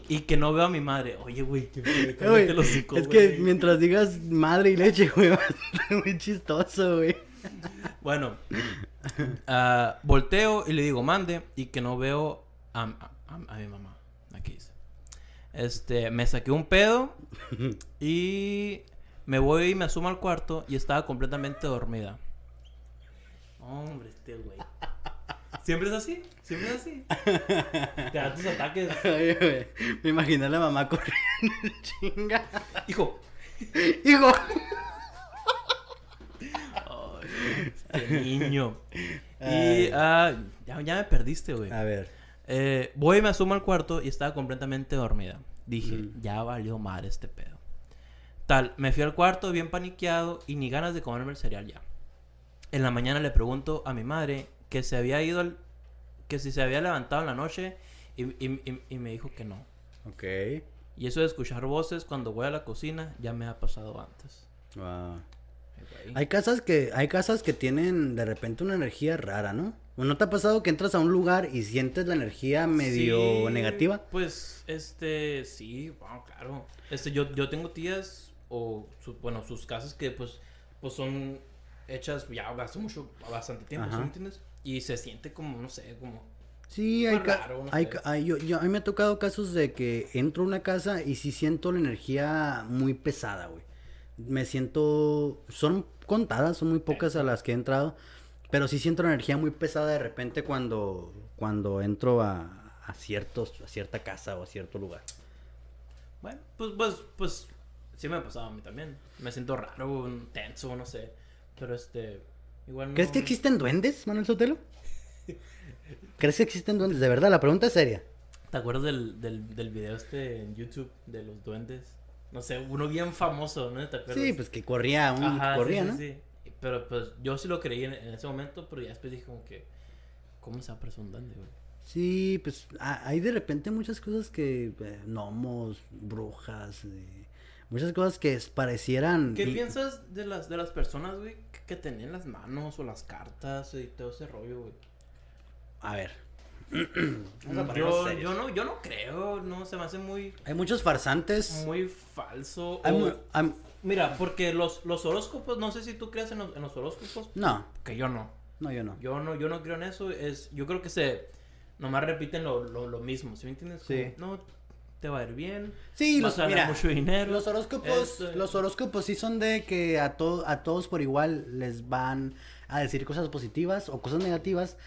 Speaker 2: Y que no veo a mi madre. Oye, güey, que me
Speaker 1: Eh, güey,
Speaker 2: cállate el hocico,
Speaker 1: es que
Speaker 2: güey.
Speaker 1: mientras digas madre y leche, güey, va a estar muy chistoso, güey.
Speaker 2: Bueno, ah, volteo y le digo, mande, y que no veo a, a- a- a mi mamá. Aquí dice. Este, me saqué un pedo y me voy y me asomo al cuarto y estaba completamente dormida. Hombre, este güey. ¿Siempre es así? ¿Siempre es así? Te da tus ataques.
Speaker 1: Ay, güey, Me imaginé a la mamá corriendo, chinga.
Speaker 2: Hijo.
Speaker 1: Hijo.
Speaker 2: Qué niño. y ah, ya, ya me perdiste, güey.
Speaker 1: A ver.
Speaker 2: Eh, voy y me asumo al cuarto y estaba completamente dormida. Dije, ya valió madre este pedo. Tal, me fui al cuarto bien paniqueado y ni ganas de comerme el cereal ya. En la mañana le pregunto a mi madre que se había ido al- que si se había levantado en la noche y, y- y- y me dijo que no.
Speaker 1: Ok.
Speaker 2: Y eso de escuchar voces cuando voy a la cocina ya me ha pasado antes.
Speaker 1: Wow.
Speaker 2: Ay, güey.
Speaker 1: Hay casas que hay casas que tienen de repente una energía rara, ¿no? ¿O ¿No te ha pasado que entras a un lugar y sientes la energía medio
Speaker 2: Sí,
Speaker 1: negativa?
Speaker 2: Pues, este, sí, wow, claro. Este, yo, yo tengo tías, o, su- bueno, sus casas que, pues, pues son hechas ya hace mucho, bastante tiempo, ¿sí
Speaker 1: Ajá.
Speaker 2: me entiendes? Y se siente como, no sé, como...
Speaker 1: Sí,
Speaker 2: Está
Speaker 1: hay, ca-
Speaker 2: raro, no
Speaker 1: hay
Speaker 2: sé.
Speaker 1: ca- hay- yo- yo- a mí me ha tocado casos de que entro a una casa y sí siento la energía muy pesada, güey. Me siento, son contadas, son muy pocas a las que he entrado, pero sí siento la energía muy pesada de repente cuando, cuando entro a, a ciertos, a cierta casa o a cierto lugar.
Speaker 2: Bueno, pues, pues, pues, sí me ha pasado a mí también. Me siento raro, tenso, no sé. Pero, este, igual
Speaker 1: ¿Crees
Speaker 2: no-
Speaker 1: que existen duendes, Manuel Sotelo? ¿Crees que existen duendes? De verdad, la pregunta es seria.
Speaker 2: ¿Te acuerdas del, del, del video este en YouTube de los duendes? No sé, uno bien famoso, ¿no? ¿Te acuerdas?
Speaker 1: Sí, pues que corría, un,
Speaker 2: Ajá, sí,
Speaker 1: corría,
Speaker 2: sí,
Speaker 1: ¿no?
Speaker 2: sí. Pero pues yo sí lo creí en, en ese momento, pero ya después dije como que, ¿cómo se va a aparecer un duende, güey?
Speaker 1: Sí, pues a- hay de repente muchas cosas que, eh, gnomos, brujas, eh, muchas cosas que es- parecieran...
Speaker 2: ¿Qué
Speaker 1: y-
Speaker 2: piensas de las, de las personas, güey, que, que tenían las manos o las cartas y todo ese rollo, güey?
Speaker 1: A ver. Vamos a ponernos
Speaker 2: Yo,
Speaker 1: serios.
Speaker 2: yo no, yo no creo, no, se me hace muy,
Speaker 1: Hay muchos farsantes.
Speaker 2: muy falso.
Speaker 1: hay
Speaker 2: o-
Speaker 1: mu- hay-
Speaker 2: Mira, porque los, los horóscopos, no sé si tú creas en los, en los horóscopos,
Speaker 1: no,
Speaker 2: que yo no.
Speaker 1: no, yo no.
Speaker 2: Yo no, yo no creo en eso. Es, yo creo que se nomás repiten lo, lo, lo mismo, ¿sí me entiendes?
Speaker 1: Sí.
Speaker 2: Como, no, te va a ir bien.
Speaker 1: Sí,
Speaker 2: vas
Speaker 1: los,
Speaker 2: a ganar
Speaker 1: mira,
Speaker 2: mucho dinero.
Speaker 1: los horóscopos,
Speaker 2: Este-
Speaker 1: los horóscopos sí son de que a, to- a todos por igual les van a decir cosas positivas o cosas negativas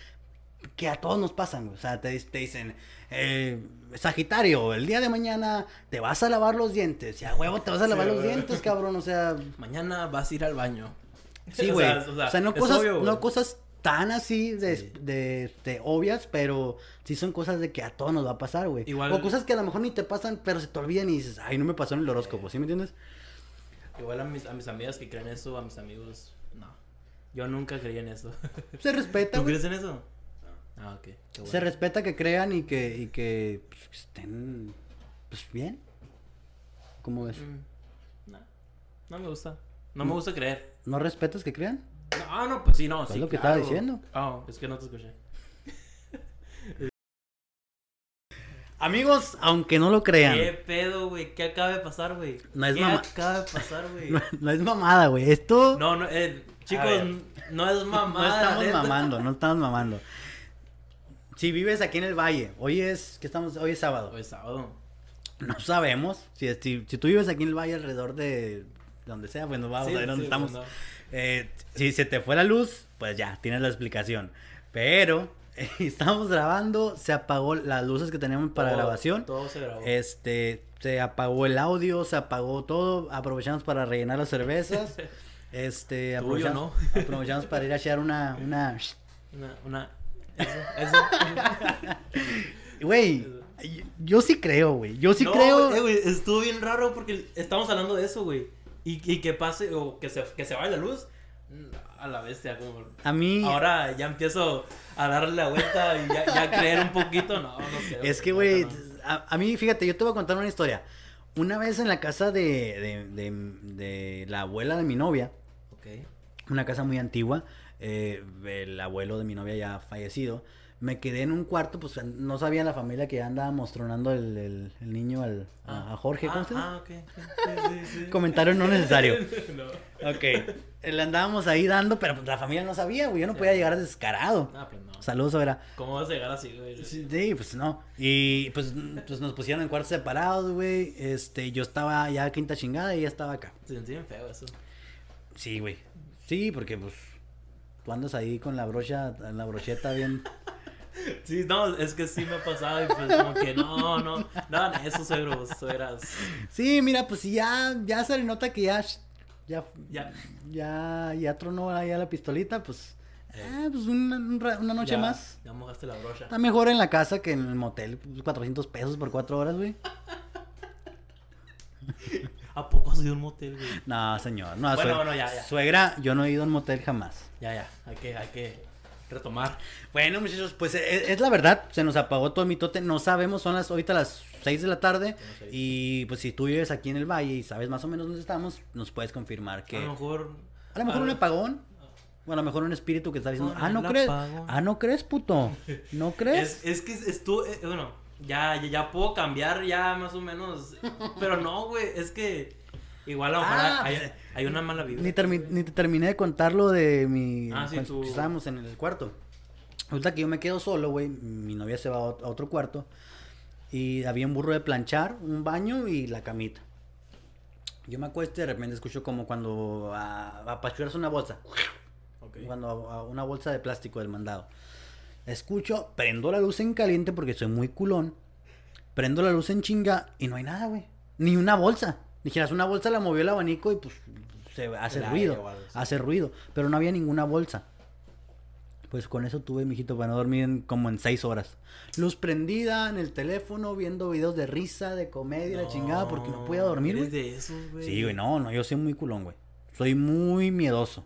Speaker 1: que a todos nos pasan. güey. O sea, te, te dicen, eh, Sagitario, el día de mañana te vas a lavar los dientes. Y a huevo te vas a
Speaker 2: Sí,
Speaker 1: lavar los
Speaker 2: güey.
Speaker 1: dientes, cabrón. O sea,
Speaker 2: Mañana vas a ir al baño.
Speaker 1: sí,
Speaker 2: O
Speaker 1: güey.
Speaker 2: sea,
Speaker 1: O,
Speaker 2: o sea,
Speaker 1: sea, no
Speaker 2: es
Speaker 1: cosas,
Speaker 2: obvio, güey.
Speaker 1: no cosas tan así de,
Speaker 2: Sí.
Speaker 1: de- de obvias, pero sí son cosas de que a todos nos va a pasar, güey.
Speaker 2: Igual-
Speaker 1: O cosas que a lo mejor ni te pasan, pero se te olvidan y dices, ay, no me pasó en el horóscopo, ¿sí me entiendes?
Speaker 2: Igual a mis, a mis amigas que creen eso, a mis amigos, no. Yo nunca creí en eso.
Speaker 1: Se respeta,
Speaker 2: ¿Tú
Speaker 1: güey.
Speaker 2: crees en eso?
Speaker 3: No.
Speaker 2: Ah, ok. qué bueno.
Speaker 1: Se respeta que crean y que, y que pues, que estén pues, bien. ¿Cómo ves?
Speaker 2: Mm, no, no me gusta. No me gusta creer.
Speaker 1: ¿No respetas que crean?
Speaker 2: No, Ah, no, pues sí, no.
Speaker 1: Mm. Es
Speaker 2: sí,
Speaker 1: lo que
Speaker 2: claro.
Speaker 1: estaba diciendo.
Speaker 2: Ah, es que no te escuché.
Speaker 1: Amigos, aunque no lo crean,
Speaker 2: ¿Qué pedo, güey? ¿Qué acaba de pasar, güey?
Speaker 1: No es
Speaker 2: ¿Qué
Speaker 1: mamá-
Speaker 2: acaba de pasar, güey?
Speaker 1: no, es mamada, güey. Esto no,
Speaker 2: No, no, eh,
Speaker 1: A
Speaker 2: chicos,
Speaker 1: ver.
Speaker 2: no es mamada.
Speaker 1: estamos
Speaker 2: neta.
Speaker 1: mamando, no estamos mamando. Si vives aquí en el valle, hoy es, ¿qué estamos? Hoy es sábado.
Speaker 2: Hoy es sábado.
Speaker 1: No sabemos. Si, si, si tú vives aquí en el valle alrededor de donde sea, pues no vamos
Speaker 2: Sí,
Speaker 1: a ver dónde
Speaker 2: sí,
Speaker 1: estamos.
Speaker 2: pues, no.
Speaker 1: Eh, si se te fue la luz, pues ya, tienes la explicación. Pero eh, estamos grabando, se apagó las luces que tenemos para
Speaker 2: Todo-
Speaker 1: grabación.
Speaker 2: Todo se grabó.
Speaker 1: Este, se apagó el audio, se apagó todo. Aprovechamos para rellenar las cervezas. Este,
Speaker 2: Tuyo,
Speaker 1: aprovechamos, aprovechamos para ir a echar una, una...
Speaker 2: Una, una. Eso, eso.
Speaker 1: Güey, yo sí creo, güey. Yo sí
Speaker 2: No,
Speaker 1: creo...
Speaker 2: eh, güey, estuvo bien raro porque estamos hablando de eso, güey. Y, y que pase, o que se, que se vaya la luz. A la bestia, como.
Speaker 1: A mí...
Speaker 2: Ahora ya empiezo a darle la vuelta y ya, ya creer un poquito. No, no sé.
Speaker 1: Es que, güey,
Speaker 2: neta, no.
Speaker 1: a, a mí, fíjate, yo te voy a contar una historia. Una vez en la casa de, de, de, de la abuela de mi novia,
Speaker 2: Ok.
Speaker 1: una casa muy antigua, eh, el abuelo de mi novia ya fallecido, me quedé en un cuarto, pues no sabía la familia que ya andaba mostronando el, el- el niño al, a, a Jorge. ¿cómo
Speaker 2: ah,
Speaker 1: se llama?
Speaker 2: Ah, ok. Sí, sí, sí.
Speaker 1: Comentario no necesario.
Speaker 2: No.
Speaker 1: Ok. eh, Le andábamos ahí dando, pero pues, la familia no sabía, güey. Yo no
Speaker 2: Sí.
Speaker 1: podía llegar descarado.
Speaker 2: Ah, pues no.
Speaker 1: Saludos, Vera.
Speaker 2: ¿Cómo vas a llegar así, güey?
Speaker 1: Sí, sí, pues no. Y pues, n- pues nos pusieron en cuartos separados, güey. Este, yo estaba ya quinta chingada y ella estaba acá.
Speaker 2: Se siente bien feo eso.
Speaker 1: Sí, güey. Sí, porque pues tú andas ahí con la brocha, la brocheta bien.
Speaker 2: Sí, no, es que sí me ha pasado y pues como que no, no, no, ni eso suegro, suegras.
Speaker 1: Sí, mira, pues sí, ya, ya se le nota que ya, ya,
Speaker 2: Ya.
Speaker 1: ya, ya tronó ahí a la pistolita, pues Ah, pues una, un ra- una noche
Speaker 2: Ya-
Speaker 1: más.
Speaker 2: Ya mojaste la brocha.
Speaker 1: Está mejor en la casa que en el motel. pues, 400 pesos por 4 horas, güey.
Speaker 2: ¿A poco has ido a un motel, güey?
Speaker 1: No, señor. No,
Speaker 2: Bueno,
Speaker 1: sue-
Speaker 2: bueno, ya, ya.
Speaker 1: Suegra, yo no he ido a un motel jamás.
Speaker 2: Ya, ya. Hay que, hay que retomar.
Speaker 1: Bueno, muchachos, pues e- e- es, la verdad. Se nos apagó todo el mitote. No sabemos, son las ahorita las 6 de la tarde.
Speaker 2: las seis.
Speaker 1: Y pues si tú vives aquí en el valle y sabes más o menos dónde estamos, nos puedes confirmar que.
Speaker 2: A lo mejor.
Speaker 1: A lo mejor
Speaker 2: Ah.
Speaker 1: un apagón. O a lo mejor un espíritu que está diciendo,
Speaker 2: Con
Speaker 1: ah, no
Speaker 2: el
Speaker 1: crees.
Speaker 2: apagón.
Speaker 1: Ah, no crees, puto. ¿No crees?
Speaker 2: Es, es que estuvo. eh, bueno, ya, ya, ya puedo cambiar, ya más o menos. Pero no, güey. Es que. Igual a lo mejor
Speaker 1: Ah,
Speaker 2: hay,
Speaker 1: pues,
Speaker 2: hay una mala vibra.
Speaker 1: Ni, termi- ni te terminé de contar lo de mi.
Speaker 2: Ah, sí,
Speaker 1: cuando
Speaker 2: tu-
Speaker 1: Estábamos en el cuarto. Resulta que yo me quedo solo, güey. Mi novia se va a ot- a otro cuarto. Y había un burro de planchar, un baño y la camita. Yo me acuesto y de repente escucho como cuando ah, apachuras una bolsa.
Speaker 2: Ok.
Speaker 1: Cuando a- a una bolsa de plástico del mandado. Escucho, prendo la luz en caliente porque soy muy culón. Prendo la luz en chinga y no hay nada, güey. Ni una bolsa. Dijeras, una bolsa la movió el abanico y pues se hace
Speaker 2: El aire
Speaker 1: ruido.
Speaker 2: o algo así.
Speaker 1: Hace ruido. Pero no había ninguna bolsa. Pues con eso tuve, mijito, para no dormir en- como en seis horas. Luz prendida en el teléfono, viendo videos de risa, de comedia, la chingada, porque no podía dormir,
Speaker 2: eres
Speaker 1: güey.
Speaker 2: de esos, güey.
Speaker 1: Sí, güey, no, no, yo soy muy culón, güey. Soy muy miedoso.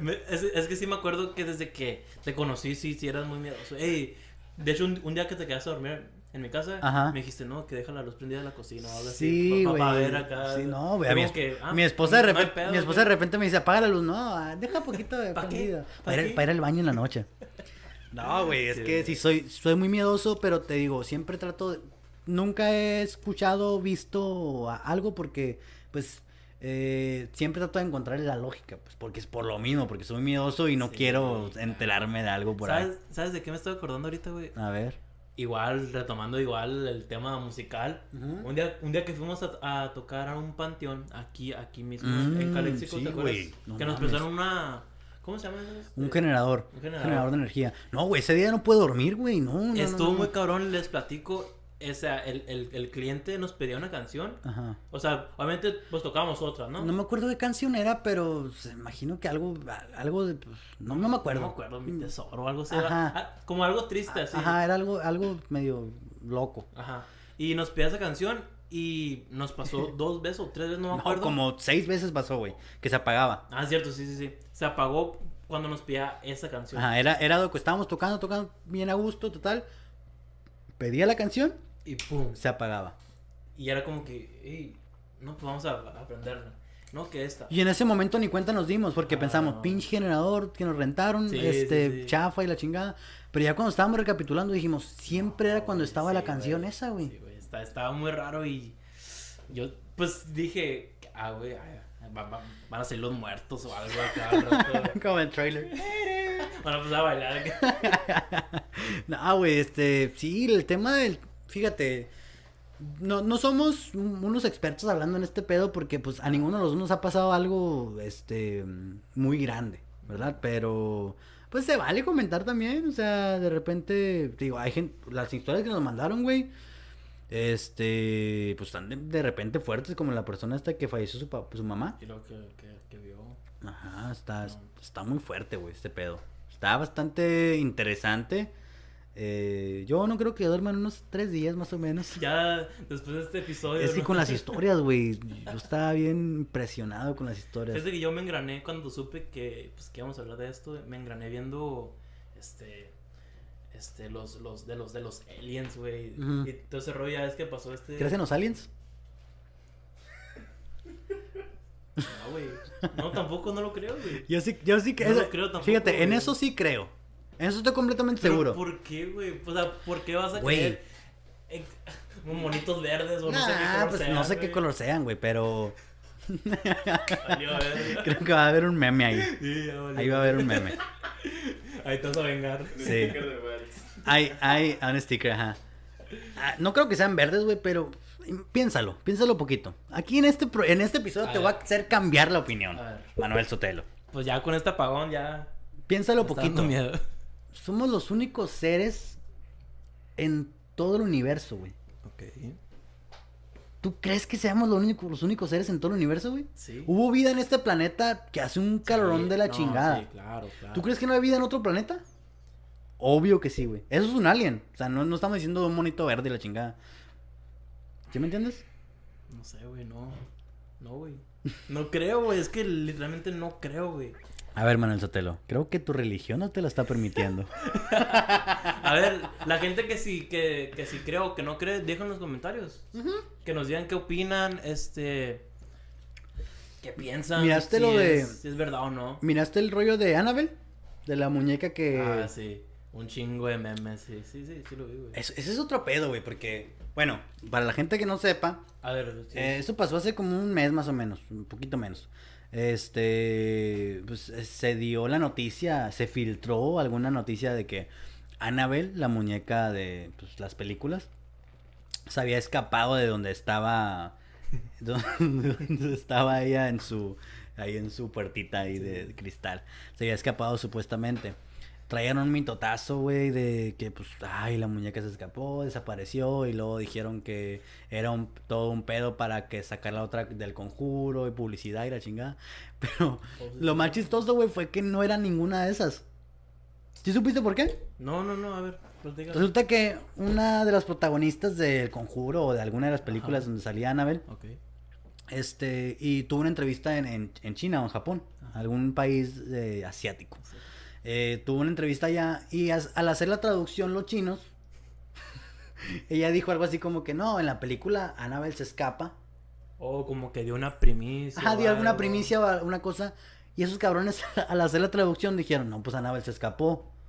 Speaker 2: Me- Es, es que sí me acuerdo que desde que te conocí, sí, sí eras muy miedoso. Ey, de hecho, un, un día que te quedaste a dormir en mi casa,
Speaker 1: Ajá.
Speaker 2: me dijiste, no, que deja la luz prendida en la cocina o algo
Speaker 1: Sí,
Speaker 2: así. pa-
Speaker 1: güey.
Speaker 2: pa- pa' ver acá.
Speaker 1: Sí, no, güey.
Speaker 2: Como
Speaker 1: Mi, es-
Speaker 2: que, ah,
Speaker 1: mi esposa, de
Speaker 2: no hay
Speaker 1: repente,
Speaker 2: pedo,
Speaker 1: mi esposa de
Speaker 2: güey.
Speaker 1: repente me dice, apaga la luz. No, ah, deja poquito de
Speaker 2: ¿Pa' qué?
Speaker 1: prendida.
Speaker 2: ¿Pa'
Speaker 1: Para ir,
Speaker 2: qué?
Speaker 1: para ir al baño en la noche. No, güey, es
Speaker 2: Sí,
Speaker 1: que
Speaker 2: güey.
Speaker 1: sí, soy, soy muy miedoso, pero te digo, siempre trato... de- Nunca he escuchado, visto a- algo porque, pues, eh, siempre trato de encontrar la lógica. Pues, porque es por lo mismo, porque soy miedoso y no
Speaker 2: Sí,
Speaker 1: quiero
Speaker 2: güey.
Speaker 1: enterarme de algo por ahí.
Speaker 2: ¿Sabes, ¿Sabes de qué me estoy acordando ahorita, güey?
Speaker 1: A ver.
Speaker 2: Igual, retomando igual el tema musical.
Speaker 1: Ujú.
Speaker 2: Un día, un día que fuimos a, a tocar a un panteón aquí, aquí mismo, en
Speaker 1: Mm,
Speaker 2: Calexico,
Speaker 1: sí,
Speaker 2: ¿te acuerdas?
Speaker 1: güey. No
Speaker 2: que nos
Speaker 1: mames.
Speaker 2: prestaron una. ¿Cómo se llama? eso?
Speaker 1: Un
Speaker 2: Este,
Speaker 1: generador,
Speaker 2: un
Speaker 1: un
Speaker 2: generador.
Speaker 1: generador. de energía. No, güey, ese día no puedo dormir, güey. No, no, no,
Speaker 2: Estuvo
Speaker 1: no.
Speaker 2: muy cabrón, les platico. O sea, el, el, el cliente nos pedía una canción.
Speaker 1: Ajá.
Speaker 2: O sea, obviamente, pues tocábamos otra, ¿no?
Speaker 1: No me acuerdo qué canción era, pero se imagino que algo, a- algo de, pues, no, no me acuerdo. Mm.
Speaker 2: No me acuerdo, mi tesoro o algo así.
Speaker 1: Ajá.
Speaker 2: era- ah, Como algo triste, así.
Speaker 1: Ajá, era algo, algo medio loco.
Speaker 2: Ajá. Y nos pedía esa canción y nos pasó dos veces o tres veces, no me
Speaker 1: No,
Speaker 2: acuerdo.
Speaker 1: como seis veces pasó, güey, que se apagaba.
Speaker 2: Ah, cierto, sí, sí, sí. Se apagó cuando nos pedía esa canción.
Speaker 1: Ajá, era, era lo que estábamos tocando, tocando bien a gusto, total. Pedía la canción,
Speaker 2: Y pum.
Speaker 1: se apagaba.
Speaker 2: Y era como que, "Ey, no, pues vamos a a aprenderla. No, que esta.
Speaker 1: Y en ese momento ni cuenta nos dimos, porque
Speaker 2: Ah,
Speaker 1: pensamos,
Speaker 2: no.
Speaker 1: pinche generador que nos rentaron,
Speaker 2: Sí,
Speaker 1: este,
Speaker 2: sí, sí.
Speaker 1: chafa y la chingada. Pero ya cuando estábamos recapitulando dijimos, siempre era cuando
Speaker 2: Güey,
Speaker 1: estaba
Speaker 2: sí,
Speaker 1: la
Speaker 2: güey.
Speaker 1: canción esa, güey.
Speaker 2: Sí, güey, está- estaba muy raro y yo pues dije, ah, güey, ay, va- va- van a ser los muertos o algo acá al rato.
Speaker 1: Como el trailer.
Speaker 2: Van a empezar a bailar. acá.
Speaker 1: Ah, güey, este, sí, el tema del, fíjate, no, no somos un- unos expertos hablando en este pedo porque pues a ninguno de los dos nos ha pasado algo, este, muy grande, ¿verdad? Pero, pues se vale comentar también, o sea, de repente, digo, hay gente, las historias que nos mandaron, güey, este, pues están de, de repente fuertes como la persona esta que falleció su, pa- su mamá.
Speaker 2: Y luego que, que, que vio.
Speaker 1: Ajá, está,
Speaker 2: No.
Speaker 1: está muy fuerte, güey, este pedo. Está bastante interesante. Eh, yo no creo que duerma en unos tres días más o menos.
Speaker 2: Ya después de este episodio.
Speaker 1: Es que
Speaker 2: ¿no?
Speaker 1: con las historias, güey, yo estaba bien impresionado con las historias.
Speaker 2: Fíjate que yo me engrané cuando supe que, pues, que íbamos a hablar de esto. Me engrané viendo, este, este, los, los, de los, de los aliens, güey.
Speaker 1: Ujú.
Speaker 2: Y todo ese rollo, ya ves que pasó este.
Speaker 1: ¿Crees en los aliens?
Speaker 2: No, güey. No, tampoco no lo creo, güey.
Speaker 1: Yo sí, yo sí que...
Speaker 2: No lo
Speaker 1: eso-
Speaker 2: creo tampoco,
Speaker 1: fíjate, en
Speaker 2: güey.
Speaker 1: eso sí creo. En eso estoy completamente
Speaker 2: Pero,
Speaker 1: seguro.
Speaker 2: ¿Por qué, güey? O sea, ¿por qué vas a
Speaker 1: Güey.
Speaker 2: creer en monitos verdes o no sé qué
Speaker 1: Nah,
Speaker 2: color
Speaker 1: pues
Speaker 2: sean,
Speaker 1: no sé
Speaker 2: güey?
Speaker 1: qué color sean, güey, pero
Speaker 2: Valió, verga.
Speaker 1: creo que va a haber un meme ahí.
Speaker 2: Sí, ya valió.
Speaker 1: Ahí va a haber un meme.
Speaker 2: Ahí te vas a vengar.
Speaker 3: En el
Speaker 1: Sí.
Speaker 3: sticker de Wells.
Speaker 1: Hay, hay, un sticker, ajá. Ah, No creo que sean verdes, güey, pero piénsalo, piénsalo poquito. Aquí en este, pro- en este episodio
Speaker 2: A
Speaker 1: te
Speaker 2: ver.
Speaker 1: voy a hacer cambiar la opinión,
Speaker 2: A ver.
Speaker 1: Manuel Sotelo.
Speaker 2: Pues ya con este apagón ya.
Speaker 1: Piénsalo
Speaker 2: me está dando
Speaker 1: poquito.
Speaker 2: miedo.
Speaker 1: Somos los únicos seres en todo el universo, güey.
Speaker 2: Ok.
Speaker 1: ¿Tú crees que seamos los únicos, los únicos seres en todo el universo, güey?
Speaker 2: Sí.
Speaker 1: Hubo vida en este planeta que hace un calorón
Speaker 2: Sí,
Speaker 1: de la
Speaker 2: no,
Speaker 1: chingada.
Speaker 2: Sí, claro, claro.
Speaker 1: ¿Tú crees que no hay vida en otro planeta? Obvio que sí, güey. Eso es un alien. O sea, no, no estamos diciendo un monito verde y la chingada. ¿Sí me entiendes?
Speaker 2: No sé, güey, no. No, güey. No creo, güey. Es que literalmente no creo, güey.
Speaker 1: A ver, Manuel Sotelo, creo que tu religión no te la está permitiendo.
Speaker 2: A ver, la gente que sí, que, que sí creo o que no cree, dejen los comentarios. Que nos digan qué opinan, este. ¿Qué piensan?
Speaker 1: Miraste
Speaker 2: si
Speaker 1: lo de-
Speaker 2: es- si es verdad o no.
Speaker 1: ¿Miraste el rollo de Annabelle? De la muñeca que...
Speaker 2: Ah, sí. Un chingo de memes, sí, sí, sí, sí lo vi, güey.
Speaker 1: Es- ese es otro pedo, güey, porque... Bueno, para la gente que no sepa,
Speaker 2: A ver, sí.
Speaker 1: Eh, eso pasó hace como un mes más o menos, un poquito menos. Este, pues eh, se dio la noticia, se filtró alguna noticia de que Annabelle, la muñeca de pues, las películas, se había escapado de donde estaba, donde estaba ella en su, ahí en su puertita ahí de cristal. Se había escapado supuestamente. Traían un mitotazo, güey, de que, pues, ay, la muñeca se escapó, desapareció, y luego dijeron que era un, todo un pedo para que sacar la otra del conjuro y publicidad y la chingada. Pero lo más chistoso, güey, fue que no era ninguna de esas. ¿Sí supiste por qué?
Speaker 2: No, no, no, a ver, platica.
Speaker 1: Resulta que una de las protagonistas del conjuro o de alguna de las películas
Speaker 2: Ajá.
Speaker 1: donde salía Annabelle,
Speaker 2: Ok.
Speaker 1: este, y tuvo una entrevista en, en, en China o en Japón,
Speaker 2: Ajá.
Speaker 1: algún país eh, asiático.
Speaker 2: Sí.
Speaker 1: Eh, tuvo una entrevista allá y as- al hacer la traducción los chinos, ella dijo algo así como que no, en la película Annabelle se escapa.
Speaker 2: O como que dio una primicia.
Speaker 1: Ajá,
Speaker 2: o
Speaker 1: dio alguna
Speaker 2: algo.
Speaker 1: primicia o alguna cosa. Y esos cabrones al hacer la traducción dijeron, no, pues Annabelle se escapó.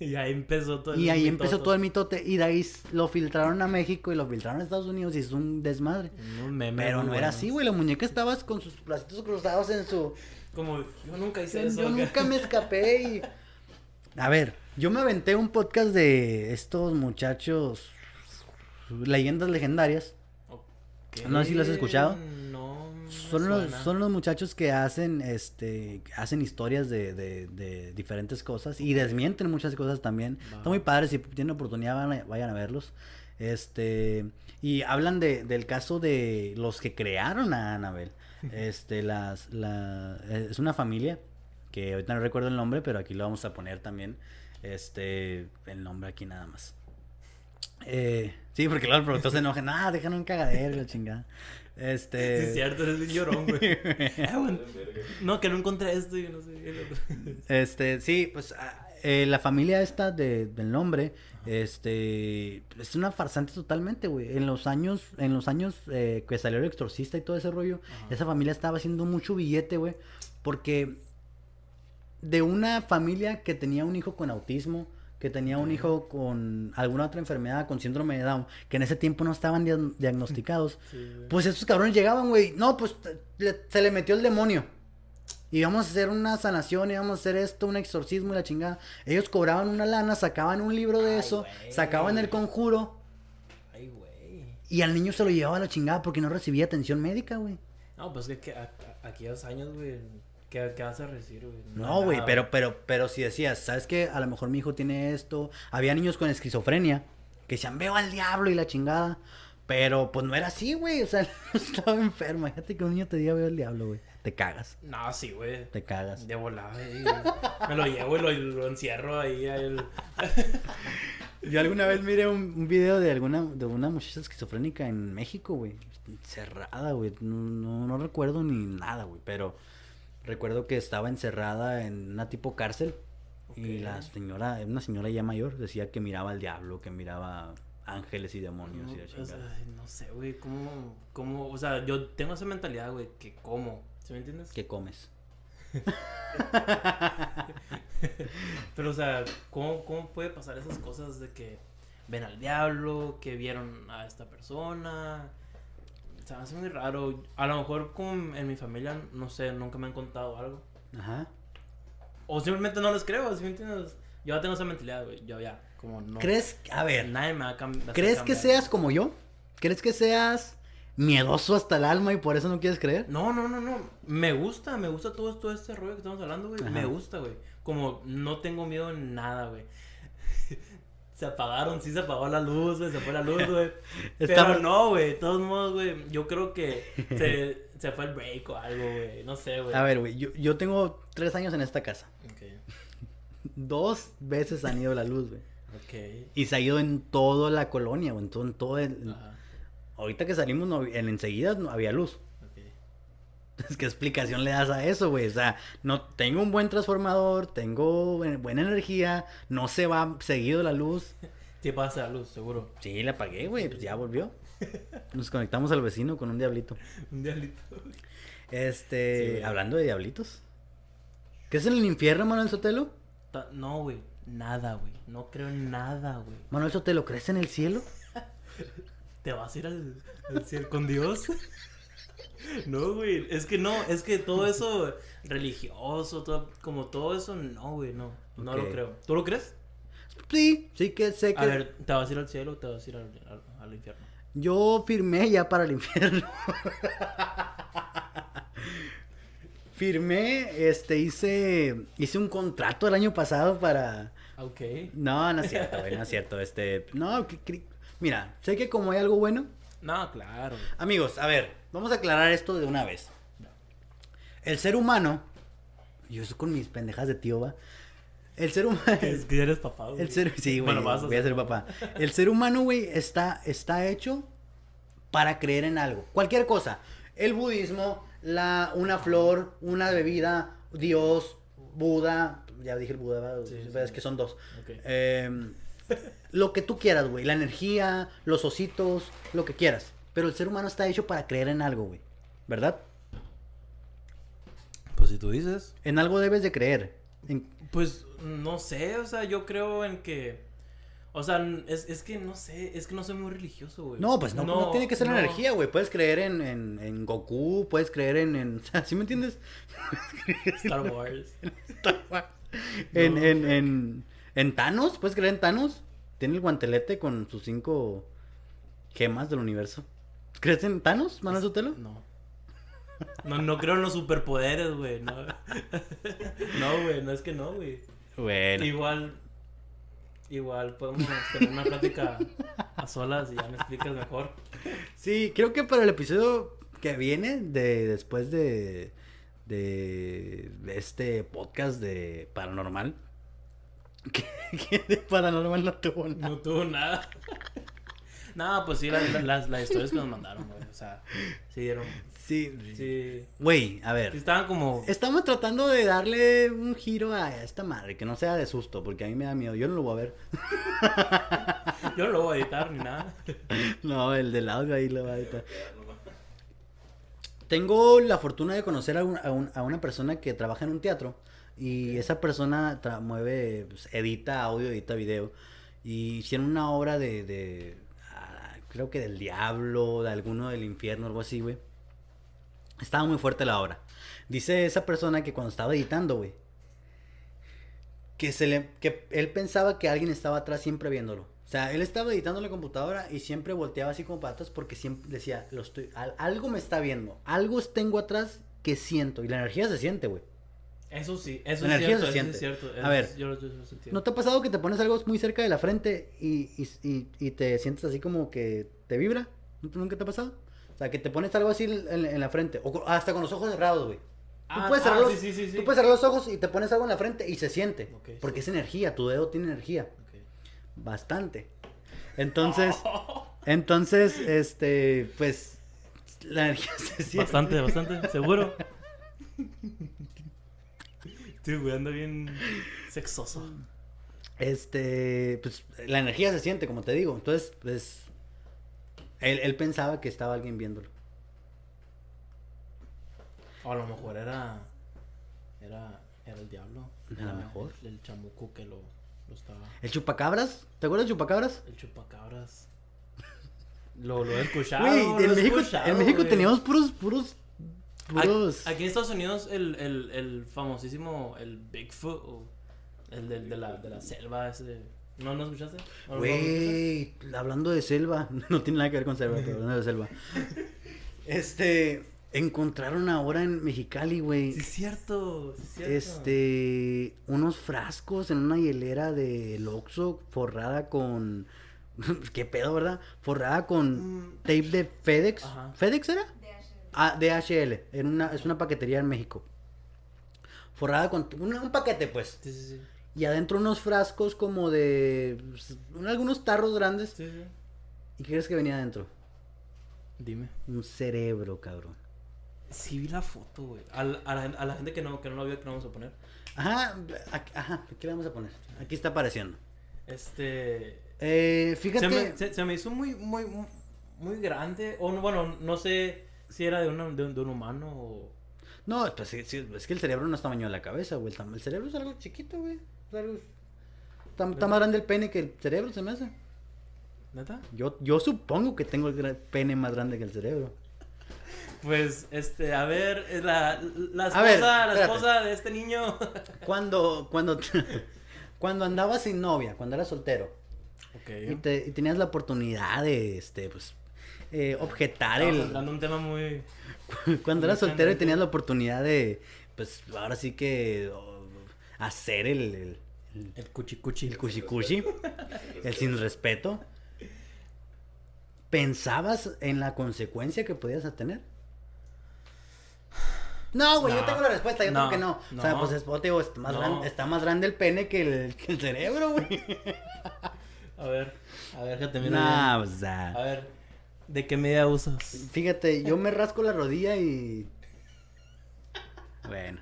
Speaker 2: Y ahí empezó todo el
Speaker 1: Y ahí
Speaker 2: mitote.
Speaker 1: empezó todo el mitote y de ahí s- lo filtraron a México y lo filtraron a Estados Unidos y es un desmadre.
Speaker 2: Unos memes
Speaker 1: Pero
Speaker 2: muy
Speaker 1: no era
Speaker 2: buenos.
Speaker 1: así, güey. La muñeca estaba con sus bracitos cruzados en su...
Speaker 2: Como, yo nunca hice eso.
Speaker 1: Yo
Speaker 2: acá.
Speaker 1: nunca me escapé y... A ver, yo me aventé un podcast de estos muchachos, leyendas legendarias.
Speaker 2: Ok.
Speaker 1: No sé si lo has escuchado.
Speaker 2: No. me
Speaker 1: Son los,
Speaker 2: suena.
Speaker 1: son los muchachos que hacen, este, hacen historias de, de- de diferentes cosas y desmienten muchas cosas también.
Speaker 2: Va.
Speaker 1: Están muy padres, si tienen oportunidad van a- vayan a verlos. Este, y hablan de, del caso de los que crearon a Anabel. Este, las, la, eh, es una familia que ahorita no recuerdo el nombre, pero aquí lo vamos a poner también. Este, el nombre aquí nada más. Eh, sí, porque luego el productor se enoja. Ah, dejan un cagadero, y la chingada.
Speaker 2: Sí,
Speaker 1: Este.
Speaker 2: es cierto, eres un llorón, güey. Ah, bueno,
Speaker 3: Verga.
Speaker 2: no, que no encontré esto y no sé. qué otro.
Speaker 1: Este, sí, pues a- eh, la familia esta de- del nombre, este, es una farsante totalmente, güey. En los años, en los años eh, que salió el exorcista y todo ese rollo,
Speaker 2: Ajá.
Speaker 1: esa familia estaba haciendo mucho billete, güey, porque de una familia que tenía un hijo con autismo, que tenía un hijo con alguna otra enfermedad, con síndrome de Down, que en ese tiempo no estaban dia- diagnosticados,
Speaker 2: Sí, güey.
Speaker 1: pues estos cabrones llegaban, güey. No, pues te- le- se le metió el demonio. Y vamos a hacer una sanación, y vamos a hacer esto, un exorcismo y la chingada. Ellos cobraban una lana, sacaban un libro de
Speaker 2: Ay,
Speaker 1: eso,
Speaker 2: güey.
Speaker 1: sacaban el conjuro.
Speaker 2: Ay, güey.
Speaker 1: Y al niño se lo llevaba a la chingada porque no recibía atención médica, güey.
Speaker 2: No, pues que, que a- a- aquellos años, güey, ¿qué, qué vas a recibir, güey?
Speaker 1: No, güey,
Speaker 2: nada,
Speaker 1: pero, pero, pero si decías, ¿sabes qué? A lo mejor mi hijo tiene esto. Había niños con esquizofrenia que decían, veo al diablo y la chingada. Pero pues no era así, güey. O sea, el niño estaba enfermo. Fíjate que un niño te diga, veo al diablo, güey. Te cagas,
Speaker 2: No, sí, güey.
Speaker 1: te cagas.
Speaker 2: De volada, güey. Me lo llevo y lo, lo encierro ahí a él.
Speaker 1: Yo alguna vez miré un, un video de alguna de una muchacha esquizofrénica en México, güey. Encerrada, güey. No, no, no recuerdo ni nada, güey. Pero recuerdo que estaba encerrada en una tipo cárcel. Y
Speaker 2: Ok.
Speaker 1: la señora, una señora ya mayor, decía que miraba al diablo, que miraba ángeles y demonios y la
Speaker 2: No, o sea,
Speaker 1: chingada.
Speaker 2: ay, no sé, güey, cómo, cómo, o sea, yo tengo esa mentalidad, güey, que como, ¿sí me entiendes?
Speaker 1: ¿Qué comes?
Speaker 2: Pero, o sea, ¿cómo, ¿cómo puede pasar esas cosas de que ven al diablo, que vieron a esta persona? O sea, me hace muy raro. A lo mejor como en mi familia, no sé, nunca me han contado algo.
Speaker 1: Ajá.
Speaker 2: O simplemente no les creo, ¿sí me entiendes? Yo ya tengo esa mentalidad, güey, yo ya, como no.
Speaker 1: ¿Crees, a ver,
Speaker 2: Nadie me va a cam- hacer
Speaker 1: ¿crees que
Speaker 2: cambiar.
Speaker 1: seas como yo? ¿Crees que seas miedoso hasta el alma y por eso no quieres creer?
Speaker 2: No, no, no, no. Me gusta, me gusta todo, todo este rollo que estamos hablando, güey.
Speaker 1: Ajá.
Speaker 2: Me gusta, güey. Como no tengo miedo en nada, güey. O sea, Se apagaron, sí se apagó la luz, güey, se fue la luz, güey. Pero no, güey, de todos modos, güey, yo creo que se, se fue el break o algo, güey, no sé, güey.
Speaker 1: A ver, güey, yo, yo tengo tres años en esta casa.
Speaker 2: Ok,
Speaker 1: Dos veces han ido la luz, güey.
Speaker 2: ok.
Speaker 1: Y se ha ido en toda la colonia, güey, en todo, en todo el-
Speaker 2: Ajá,
Speaker 1: Ahorita que salimos, no, en, enseguida no había luz.
Speaker 2: ok.
Speaker 1: Entonces, ¿qué explicación le das a eso, güey? O sea, no, tengo un buen transformador, tengo buen- buena energía, no se va seguido la luz.
Speaker 2: Sí pasa la luz, seguro.
Speaker 1: Sí, la apagué, güey, pues ya volvió. Nos conectamos al vecino con un diablito.
Speaker 2: Un diablito, güey. Sí,
Speaker 1: Este,
Speaker 2: güey.
Speaker 1: hablando de diablitos. ¿Qué es el infierno, Manuel Sotelo?
Speaker 2: Ta- No, güey, nada, güey. No creo en nada, güey.
Speaker 1: Manuel Sotelo, ¿crees en el cielo?
Speaker 2: ¿Te vas a ir al, al cielo con Dios? No, güey. Es que no, es que todo eso religioso, todo, como todo eso, no, güey, no. No
Speaker 1: Ok.
Speaker 2: lo creo. ¿Tú lo crees?
Speaker 1: Sí, sí que sé que
Speaker 2: A ver, ¿te vas a ir al cielo o te vas a ir al, al- al infierno?
Speaker 1: yo firmé ya para el infierno. firmé, este, hice, hice un contrato el año pasado para,
Speaker 2: Ok.
Speaker 1: No, no es cierto, güey, no es cierto. Este, no, cri- cri- mira, sé que como hay algo bueno.
Speaker 2: No, claro. güey.
Speaker 1: Amigos, a ver, vamos a aclarar esto de una vez. El ser humano, yo eso con mis pendejas de tío va. El ser humano,
Speaker 2: Es que eres papá, güey.
Speaker 1: el ser, sí, güey,
Speaker 2: Bueno, vas a
Speaker 1: voy a ser papá. El ser humano, güey, está, está hecho para creer en algo, cualquier cosa. El budismo, la, una flor, una bebida, Dios, Buda, ya dije el Buda, ¿verdad?
Speaker 2: Sí, sí,
Speaker 1: es
Speaker 2: sí.
Speaker 1: que son dos.
Speaker 2: Ok.
Speaker 1: Eh, lo que tú quieras, güey. La energía, los ositos, lo que quieras. Pero el ser humano está hecho para creer en algo, güey. ¿Verdad?
Speaker 2: Pues si tú dices.
Speaker 1: En algo debes de creer. En-
Speaker 2: Pues no sé, o sea, yo creo en que. O sea, n- es, es que no sé, es que no soy muy religioso, güey.
Speaker 1: No, pues no, no tiene que ser
Speaker 2: no.
Speaker 1: energía, güey. Puedes creer en, en- en Goku, puedes creer en... en o sea, ¿Sí me entiendes?
Speaker 2: Star Wars.
Speaker 1: En,
Speaker 2: No.
Speaker 1: en, en, en Thanos, puedes creer en Thanos. Tiene el guantelete con sus cinco gemas del universo. ¿Crees en Thanos, Manuel Sotelo?
Speaker 2: No. No, no creo en los superpoderes, güey. No, No, güey, no es que no, güey.
Speaker 1: Bueno.
Speaker 2: Igual, igual podemos tener una plática a solas y ya me explicas mejor.
Speaker 1: Sí, creo que para el episodio que viene, de después de, de este podcast de Paranormal, que, que de Paranormal no tuvo nada.
Speaker 2: No tuvo nada. No, pues sí, la- la- las, las historias que nos mandaron, güey. O sea, sí dieron.
Speaker 1: Sí,
Speaker 2: Sí.
Speaker 1: Güey, a
Speaker 2: sí
Speaker 1: ver.
Speaker 2: estaban como.
Speaker 1: Estamos tratando de darle un giro a esta madre, que no sea de susto, porque a mí me da miedo. Yo no lo voy a ver.
Speaker 2: Yo no lo voy a editar ni nada.
Speaker 1: No, el del audio ahí lo va a editar.
Speaker 3: Ya, no más.
Speaker 1: Tengo la fortuna de conocer a, un- a un- a una persona que trabaja en un teatro y esa persona tra- mueve, pues, edita audio, edita video y hicieron una obra de, de, ah, creo que del diablo, de alguno del infierno, algo así, güey. Estaba muy fuerte la obra. Dice esa persona que cuando estaba editando, güey, que se le, que él pensaba que alguien estaba atrás siempre viéndolo. O sea, él estaba editando en la computadora y siempre volteaba así como patas porque siempre decía, lo estoy, al- algo me está viendo, algo tengo atrás que siento y la energía se siente, güey.
Speaker 2: Eso sí, eso
Speaker 1: La
Speaker 2: es
Speaker 1: energía
Speaker 2: cierto.
Speaker 1: se
Speaker 2: eso es
Speaker 1: siente.
Speaker 2: cierto.
Speaker 1: A
Speaker 2: eso
Speaker 1: ver,
Speaker 2: es- Yo, lo- yo lo sentí.
Speaker 1: ¿No te ha pasado que te pones algo muy cerca de la frente y, y, y- y te sientes así como que te vibra? ¿Nunca te ha pasado? O sea, que te pones algo así en, en la frente, o co- hasta con los ojos cerrados, güey.
Speaker 2: Ah,
Speaker 1: puedes
Speaker 2: ah,
Speaker 1: cerrar los-
Speaker 2: sí, sí, sí, sí.
Speaker 1: Tú puedes cerrar los ojos y te pones algo en la frente y se siente,
Speaker 2: Ok,
Speaker 1: porque es energía, tu dedo tiene energía,
Speaker 2: Ok.
Speaker 1: bastante. Entonces, entonces, este, pues, la energía se siente.
Speaker 2: Bastante, bastante, seguro. Estoy güey, anda bien sexoso.
Speaker 1: Este, pues la energía se siente, como te digo. Entonces, pues, él, él pensaba que estaba alguien viéndolo.
Speaker 2: O a lo mejor era. Era. Era el diablo.
Speaker 1: A lo
Speaker 2: Era
Speaker 1: mejor.
Speaker 2: El, el chamuco que lo, lo estaba.
Speaker 1: El chupacabras, ¿te acuerdas del chupacabras?
Speaker 2: El chupacabras. Lo, lo he escuchado.
Speaker 1: Güey,
Speaker 2: lo he
Speaker 1: en México,
Speaker 2: escuchado,
Speaker 1: en México
Speaker 2: güey.
Speaker 1: teníamos puros, puros,
Speaker 2: A-
Speaker 1: puros.
Speaker 2: Aquí en Estados Unidos, el, el, el famosísimo. El Bigfoot. o el del- de, la, de la selva. Ese. ¿No, no escuchaste? ¿No lo escuchaste?
Speaker 1: Güey, hablando de selva, no tiene nada que ver con selva, pero hablando de selva. Este, Encontraron ahora en Mexicali, güey.
Speaker 2: Sí, es cierto, sí es cierto.
Speaker 1: Este, unos frascos en una hielera de Loxo forrada con. ¿Qué pedo, verdad? Forrada con
Speaker 2: Mm.
Speaker 1: tape de FedEx.
Speaker 2: Ajá.
Speaker 1: ¿FedEx era?
Speaker 4: DHL.
Speaker 1: Ah, DHL. En una, es una paquetería en México. Forrada con un, un paquete, pues.
Speaker 2: Sí, sí, sí.
Speaker 1: Y adentro unos frascos como de. pues, algunos tarros grandes.
Speaker 2: Sí, sí.
Speaker 1: ¿Y qué crees que venía adentro?
Speaker 2: Dime.
Speaker 1: Un cerebro, cabrón.
Speaker 2: Sí vi la foto, güey. A, la- a la, gen- a la gente que no, que no lo vio, que no vamos a poner.
Speaker 1: Ajá, aquí- ajá, ¿qué le vamos a poner? Aquí está apareciendo.
Speaker 2: Este...
Speaker 1: Eh, fíjate.
Speaker 2: Se me, se- se me hizo muy, muy, muy grande. O no, bueno, no sé si era de, una- de, un, de un humano o...
Speaker 1: No, pues sí, sí, es que el cerebro no es tamaño de la cabeza, güey. El, tam- el cerebro es algo chiquito, güey. Es algo- Está, está más grande el pene que el cerebro, se me hace.
Speaker 2: ¿Neta?
Speaker 1: Yo, yo supongo que tengo el gra- pene más grande que el cerebro.
Speaker 2: Pues, este, a ver, eh, la, la esposa,
Speaker 1: A ver,
Speaker 2: la
Speaker 1: espérate.
Speaker 2: esposa de este niño.
Speaker 1: Cuando, cuando, cuando andabas sin novia, cuando eras soltero, y,
Speaker 2: Ok.
Speaker 1: te- y tenías la oportunidad de, este, pues, eh, objetar
Speaker 2: Estamos
Speaker 1: el...
Speaker 2: hablando de un tema muy...
Speaker 1: Cuando eras
Speaker 2: Muy
Speaker 1: soltero y
Speaker 2: candente.
Speaker 1: tenías la oportunidad de, pues, ahora sí que o- hacer el, el, el,
Speaker 2: El cuchicuchi.
Speaker 1: el cuchicuchi, el sin respeto, ¿pensabas en la consecuencia que podías tener? No, güey, yo
Speaker 2: No,
Speaker 1: tengo la respuesta, yo
Speaker 2: no,
Speaker 1: tengo que no. O sea,
Speaker 2: no.
Speaker 1: pues es, o te digo, es más
Speaker 2: No.
Speaker 1: gran- está más grande el pene que el, que el cerebro, güey.
Speaker 2: A ver, a ver, déjate miro
Speaker 1: No, o
Speaker 2: bien.
Speaker 1: sea.
Speaker 2: A ver, ¿de qué medida usas?
Speaker 1: Fíjate, yo me rasco la rodilla y. Bueno.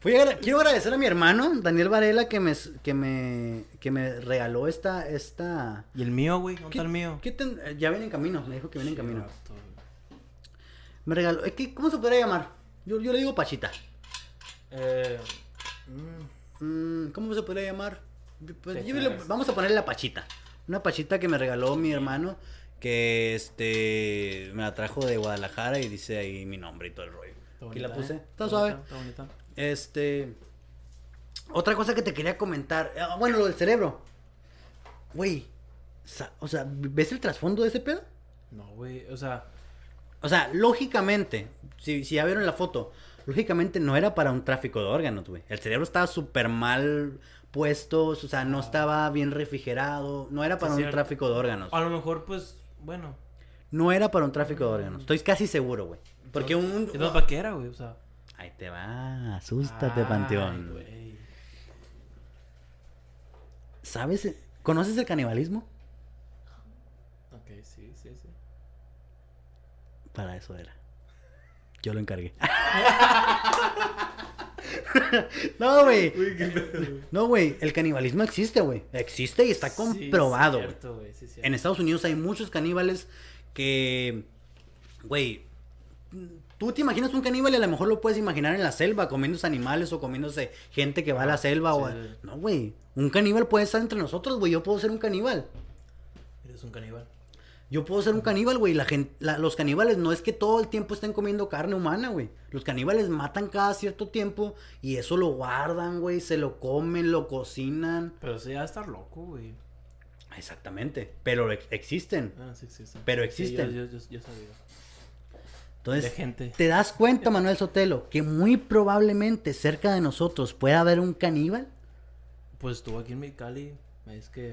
Speaker 1: Fui a agra- Quiero agradecer a mi hermano, Daniel Varela, que me, s- que me, que me regaló esta. esta...
Speaker 2: ¿Y el mío, güey? ¿Dónde está el mío?
Speaker 1: ¿Qué ten- eh, Ya viene en camino, me dijo que viene en camino.
Speaker 2: Vato, güey.
Speaker 1: Me regaló. Es que, ¿Cómo se podría llamar? Yo, yo le digo Pachita.
Speaker 2: Eh,
Speaker 1: Mm, ¿Cómo se podría llamar? Pues,
Speaker 2: Te
Speaker 1: yo le-
Speaker 2: creas.
Speaker 1: vamos a ponerle la Pachita. Una Pachita que me regaló mi hermano, que este me la trajo de Guadalajara y dice ahí mi nombre y todo el rollo.
Speaker 2: está
Speaker 1: Aquí la
Speaker 2: bonita,
Speaker 1: puse.
Speaker 2: ¿eh?
Speaker 1: Está suave.
Speaker 2: bonita, Está bonita.
Speaker 1: Este. Otra cosa que te quería comentar. ah, Bueno, lo del cerebro. Güey. sa- O sea, ¿ves el trasfondo de ese pedo?
Speaker 2: No, güey, o sea,
Speaker 1: O sea, lógicamente, si, si ya vieron la foto, lógicamente no era para un tráfico de órganos, güey. El cerebro estaba súper mal puesto, o sea, no estaba bien refrigerado, no era para
Speaker 2: Sí,
Speaker 1: un
Speaker 2: cierto.
Speaker 1: tráfico de órganos.
Speaker 2: a lo mejor, pues, bueno.
Speaker 1: No era para un tráfico de órganos, estoy casi seguro, güey. Porque un...
Speaker 2: Entonces, ¿para qué era, güey? O sea...
Speaker 1: Ahí te va, asústate, panteón.
Speaker 2: Ay, güey.
Speaker 1: ¿Sabes? ¿Conoces el canibalismo?
Speaker 2: Ok, sí, sí, sí.
Speaker 1: Para eso era. Yo lo encargué. no, güey. No, güey. El canibalismo existe, güey. Existe y está comprobado.
Speaker 2: Sí,
Speaker 1: güey.
Speaker 2: cierto, güey, sí, cierto.
Speaker 1: en Estados Unidos hay muchos caníbales que, güey, tú te imaginas un caníbal y a lo mejor lo puedes imaginar en la selva, comiéndose animales o comiéndose gente que va a la selva. o a-
Speaker 2: Ah, sí, sí.
Speaker 1: No, güey. Un caníbal puede estar entre nosotros, güey. Yo puedo ser un caníbal.
Speaker 2: Eres un caníbal.
Speaker 1: Yo puedo ser un caníbal, güey. La gen- la- los caníbales no es que todo el tiempo estén comiendo carne humana, güey. Los caníbales matan cada cierto tiempo y eso lo guardan, güey. Se lo comen, lo cocinan.
Speaker 2: Pero sí, ha de estar loco, güey.
Speaker 1: Exactamente. Pero ex- existen.
Speaker 2: Ah, sí existen.
Speaker 1: Pero
Speaker 2: Sí,
Speaker 1: existen.
Speaker 2: yo, yo, yo, yo sabía. De
Speaker 1: Entonces,
Speaker 2: gente.
Speaker 1: ¿te das cuenta, Manuel Sotelo, que muy probablemente cerca de nosotros pueda haber un caníbal?
Speaker 2: Pues estuvo aquí en Mexicali. Es que.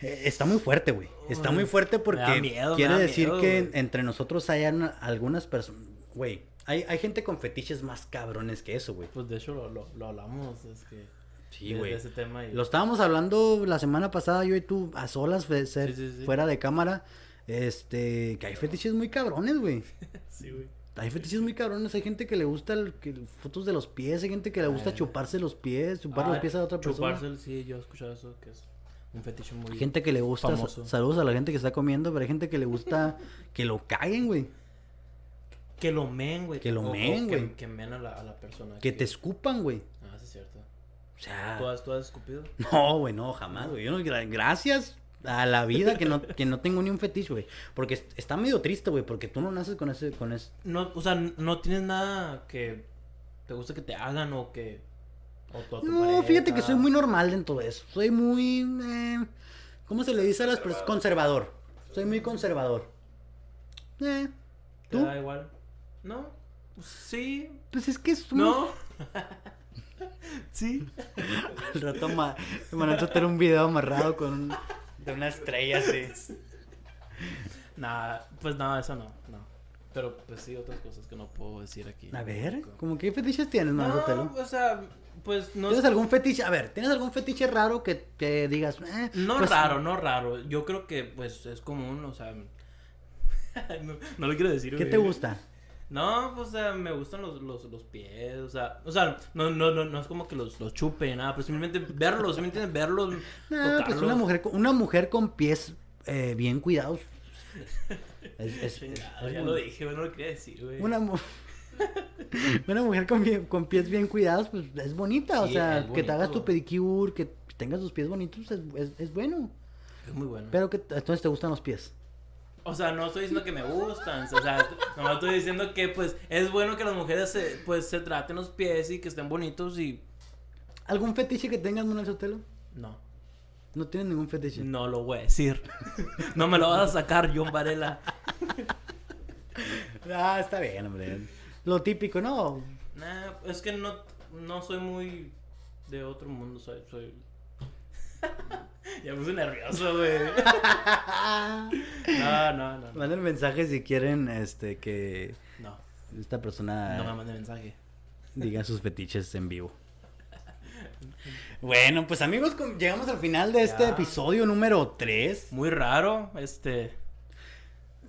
Speaker 1: Eh, Está muy fuerte, güey. Está muy fuerte porque
Speaker 2: Me da miedo, me
Speaker 1: quiere
Speaker 2: da
Speaker 1: decir
Speaker 2: miedo,
Speaker 1: que
Speaker 2: güey.
Speaker 1: entre nosotros hayan algunas personas. Güey, hay, hay gente con fetiches más cabrones que eso, güey.
Speaker 2: Pues de hecho lo, lo, lo hablamos. Es que.
Speaker 1: Sí,
Speaker 2: de,
Speaker 1: güey.
Speaker 2: de ese tema. Y...
Speaker 1: Lo estábamos hablando la semana pasada, yo y tú, a solas, fe- ser-
Speaker 2: Sí, sí, sí.
Speaker 1: fuera de cámara. Este, que hay fetiches muy cabrones, güey.
Speaker 2: Sí, güey.
Speaker 1: Hay fetiches muy cabrones. Hay gente que le gusta el- que, fotos de los pies, hay gente que le gusta
Speaker 2: Ah.
Speaker 1: chuparse los pies, chupar los
Speaker 2: Ah,
Speaker 1: pies a otra persona.
Speaker 2: chupárselo, sí, yo he escuchado eso, que es un fetiche muy.
Speaker 1: Hay gente que le gusta. sa-
Speaker 2: Famoso.
Speaker 1: Saludos a la gente que está comiendo, pero hay gente que le gusta que lo caguen, güey.
Speaker 2: Que lo men, güey.
Speaker 1: Que lo
Speaker 2: O- o
Speaker 1: men,
Speaker 2: que-
Speaker 1: güey.
Speaker 2: Que men a la, a la persona.
Speaker 1: Que te escupan, güey.
Speaker 2: Ah, sí, es cierto.
Speaker 1: O sea,
Speaker 2: ¿Tú has, tú has escupido?
Speaker 1: No, güey, no, jamás, güey. Yo no- gra- gracias a la vida que no, que no tengo ni un fetiche, güey. Porque es- está medio triste, güey, porque tú no naces con ese, con ese.
Speaker 2: No, o sea, n- no tienes nada que te gusta que te hagan o que. O tú a tu
Speaker 1: No,
Speaker 2: pareja.
Speaker 1: fíjate que soy muy normal dentro de eso. Soy muy, eh, ¿cómo se le dice a las personas? Conservador. Soy muy conservador. Eh,
Speaker 2: ¿Te
Speaker 1: ¿Tú?
Speaker 2: da igual. No. Sí.
Speaker 1: Pues es que es un-
Speaker 2: No. sí.
Speaker 1: Al rato ma... van a tener un video amarrado con un- de una estrella así.
Speaker 2: Nada, pues nada, eso no, no. Pero pues sí, otras cosas que no puedo decir aquí.
Speaker 1: A ver, ¿cómo qué fetiches tienes,
Speaker 2: No,
Speaker 1: Marzotelo?
Speaker 2: o sea, pues no.
Speaker 1: ¿Tienes algún fetiche? A ver, ¿tienes algún fetiche raro que te digas? eh,
Speaker 2: No
Speaker 1: pues,
Speaker 2: raro, no raro. Yo creo que pues es común, o sea. no, no lo quiero decir.
Speaker 1: ¿Qué
Speaker 2: güey.
Speaker 1: te gusta?
Speaker 2: No, pues o sea, me gustan los, los, los pies, o sea, o sea, no, no, no, no es como que los, los chupe, nada, pero simplemente verlos, ¿sí ¿me entiendes? Verlos,
Speaker 1: No, pues una
Speaker 2: tocarlos.
Speaker 1: mujer, con- una mujer con pies eh, bien cuidados. Es- es-
Speaker 2: Chingado,
Speaker 1: es
Speaker 2: ya
Speaker 1: muy-
Speaker 2: lo dije, güey, no lo quería decir, güey.
Speaker 1: Una, mu- una mujer con, bien- con pies bien cuidados, pues es bonita. o
Speaker 2: Sí,
Speaker 1: sea,
Speaker 2: es
Speaker 1: que te
Speaker 2: bonito,
Speaker 1: hagas tu
Speaker 2: güey.
Speaker 1: pedicure, que tengas tus pies bonitos, es, es- es bueno.
Speaker 2: Es muy bueno.
Speaker 1: Pero que entonces te gustan los pies.
Speaker 2: O sea, no estoy diciendo que me gustan, o sea, nomás estoy diciendo que, pues, es bueno que las mujeres, se, pues, se traten los pies y que estén bonitos y...
Speaker 1: ¿Algún fetiche que tengas, Manuel Sotelo?
Speaker 2: No,
Speaker 1: No tienes ningún fetiche.
Speaker 2: no lo voy a decir. No me lo vas a sacar, John Varela.
Speaker 1: Ah, está bien, hombre. Lo típico, ¿no?
Speaker 2: Nah, es que no, no soy muy de otro mundo, soy... soy... ya me puse nervioso, güey. No, no, no, no.
Speaker 1: Manden mensaje si quieren este que
Speaker 2: No,
Speaker 1: esta persona
Speaker 2: no me mande mensaje.
Speaker 1: diga sus fetiches en vivo. Bueno, pues amigos, com- llegamos al final de este
Speaker 2: Ya.
Speaker 1: episodio número 3.
Speaker 2: Muy raro, este...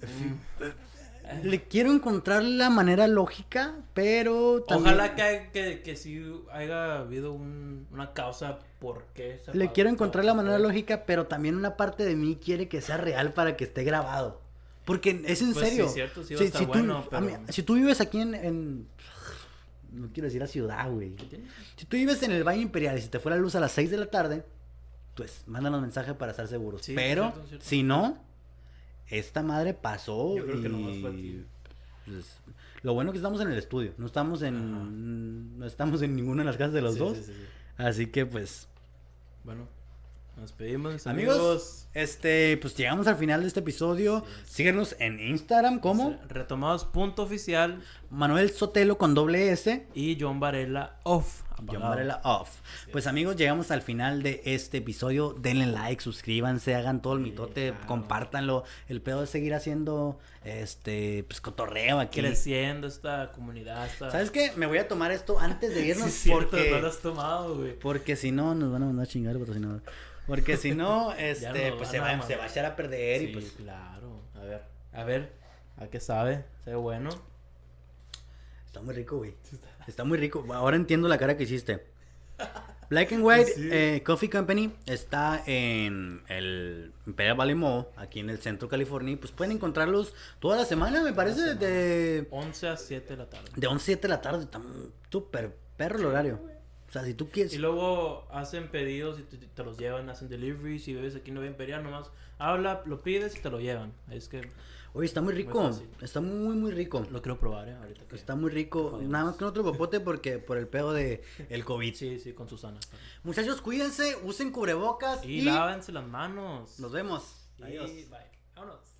Speaker 1: Mm.
Speaker 2: mm.
Speaker 1: Le quiero encontrar la manera lógica, pero también
Speaker 2: Ojalá que, que, que sí haya habido un- una causa por qué. se
Speaker 1: le
Speaker 2: pa-
Speaker 1: quiero encontrar la
Speaker 2: por-
Speaker 1: manera
Speaker 2: por-
Speaker 1: lógica, pero también una parte de mí quiere que sea real para que esté grabado. Porque es en
Speaker 2: Pues sí,
Speaker 1: serio.
Speaker 2: cierto, sí va a
Speaker 1: Si-
Speaker 2: estar
Speaker 1: si tú-
Speaker 2: bueno,
Speaker 1: a mí-
Speaker 2: pero-
Speaker 1: si tú vives aquí en, en- No quiero decir la ciudad, güey.
Speaker 2: ¿Qué tiene?
Speaker 1: Si tú vives en el Valle Imperial y se te fue la luz a las 6 de la tarde, pues mándanos mensaje para estar seguros.
Speaker 2: Sí,
Speaker 1: Pero
Speaker 2: cierto, cierto.
Speaker 1: si no, esta madre pasó.
Speaker 2: Yo creo que
Speaker 1: y,
Speaker 2: nomás fue a ti.
Speaker 1: pues, lo bueno que estamos en el estudio, no estamos
Speaker 2: Ajá.
Speaker 1: en no estamos en ninguna de las casas de los
Speaker 2: Sí,
Speaker 1: dos,
Speaker 2: sí, sí, sí.
Speaker 1: así que pues
Speaker 2: Bueno, nos pedimos, amigos.
Speaker 1: amigos, este pues llegamos al final de este episodio.
Speaker 2: Así es.
Speaker 1: Síguenos en Instagram como
Speaker 2: Retomados punto oficial
Speaker 1: Manuel Sotelo con doble S
Speaker 2: y John Varela off.
Speaker 1: John
Speaker 2: apagado.
Speaker 1: Varela off. Pues amigos, llegamos al final de este episodio. Denle like, suscríbanse, hagan todo el
Speaker 2: Sí,
Speaker 1: mitote,
Speaker 2: claro.
Speaker 1: compártanlo. El pedo es seguir haciendo este pues cotorreo aquí.
Speaker 2: Creciendo esta comunidad. Esta...
Speaker 1: ¿Sabes qué? Me voy a tomar esto antes de
Speaker 2: Sí,
Speaker 1: irnos
Speaker 2: es cierto, no
Speaker 1: porque
Speaker 2: lo has tomado, güey.
Speaker 1: porque si no nos van a mandar a chingar el patrocinador. Porque si no este
Speaker 2: nos
Speaker 1: pues
Speaker 2: van
Speaker 1: se
Speaker 2: a
Speaker 1: va,
Speaker 2: mandar.
Speaker 1: se va a echar a perder y
Speaker 2: Sí,
Speaker 1: pues
Speaker 2: claro. A ver, a ver, ¿a qué sabe? ¿Se ve bueno?
Speaker 1: está muy rico, güey. Está muy rico. Ahora entiendo la cara que hiciste. Black and White
Speaker 2: Sí.
Speaker 1: eh, Coffee Company está en el Imperial Valley Mall, aquí en el centro de California. y Pues pueden encontrarlos toda la semana, me parece,
Speaker 2: semana.
Speaker 1: de,
Speaker 2: 11 a 7 de la tarde.
Speaker 1: de 11 a 7 de la tarde. Está súper perro el horario. O sea, si tú quieres...
Speaker 2: Y luego hacen pedidos y te, te los llevan, hacen delivery. Si vives aquí en Nueva Imperial, nomás habla, lo pides y te lo llevan. Es que
Speaker 1: Oye, está muy rico.
Speaker 2: fácil.
Speaker 1: está muy, muy rico.
Speaker 2: lo quiero probar, ¿eh? Ahorita que...
Speaker 1: Está muy rico.
Speaker 2: Podemos.
Speaker 1: Nada más que otro popote porque por el pedo de el COVID.
Speaker 2: Sí, sí, con Susana. está bien.
Speaker 1: Muchachos, cuídense, usen cubrebocas
Speaker 2: Y,
Speaker 1: y,
Speaker 2: lávense las manos.
Speaker 1: nos vemos. Adiós.
Speaker 2: Y bye. Vámonos.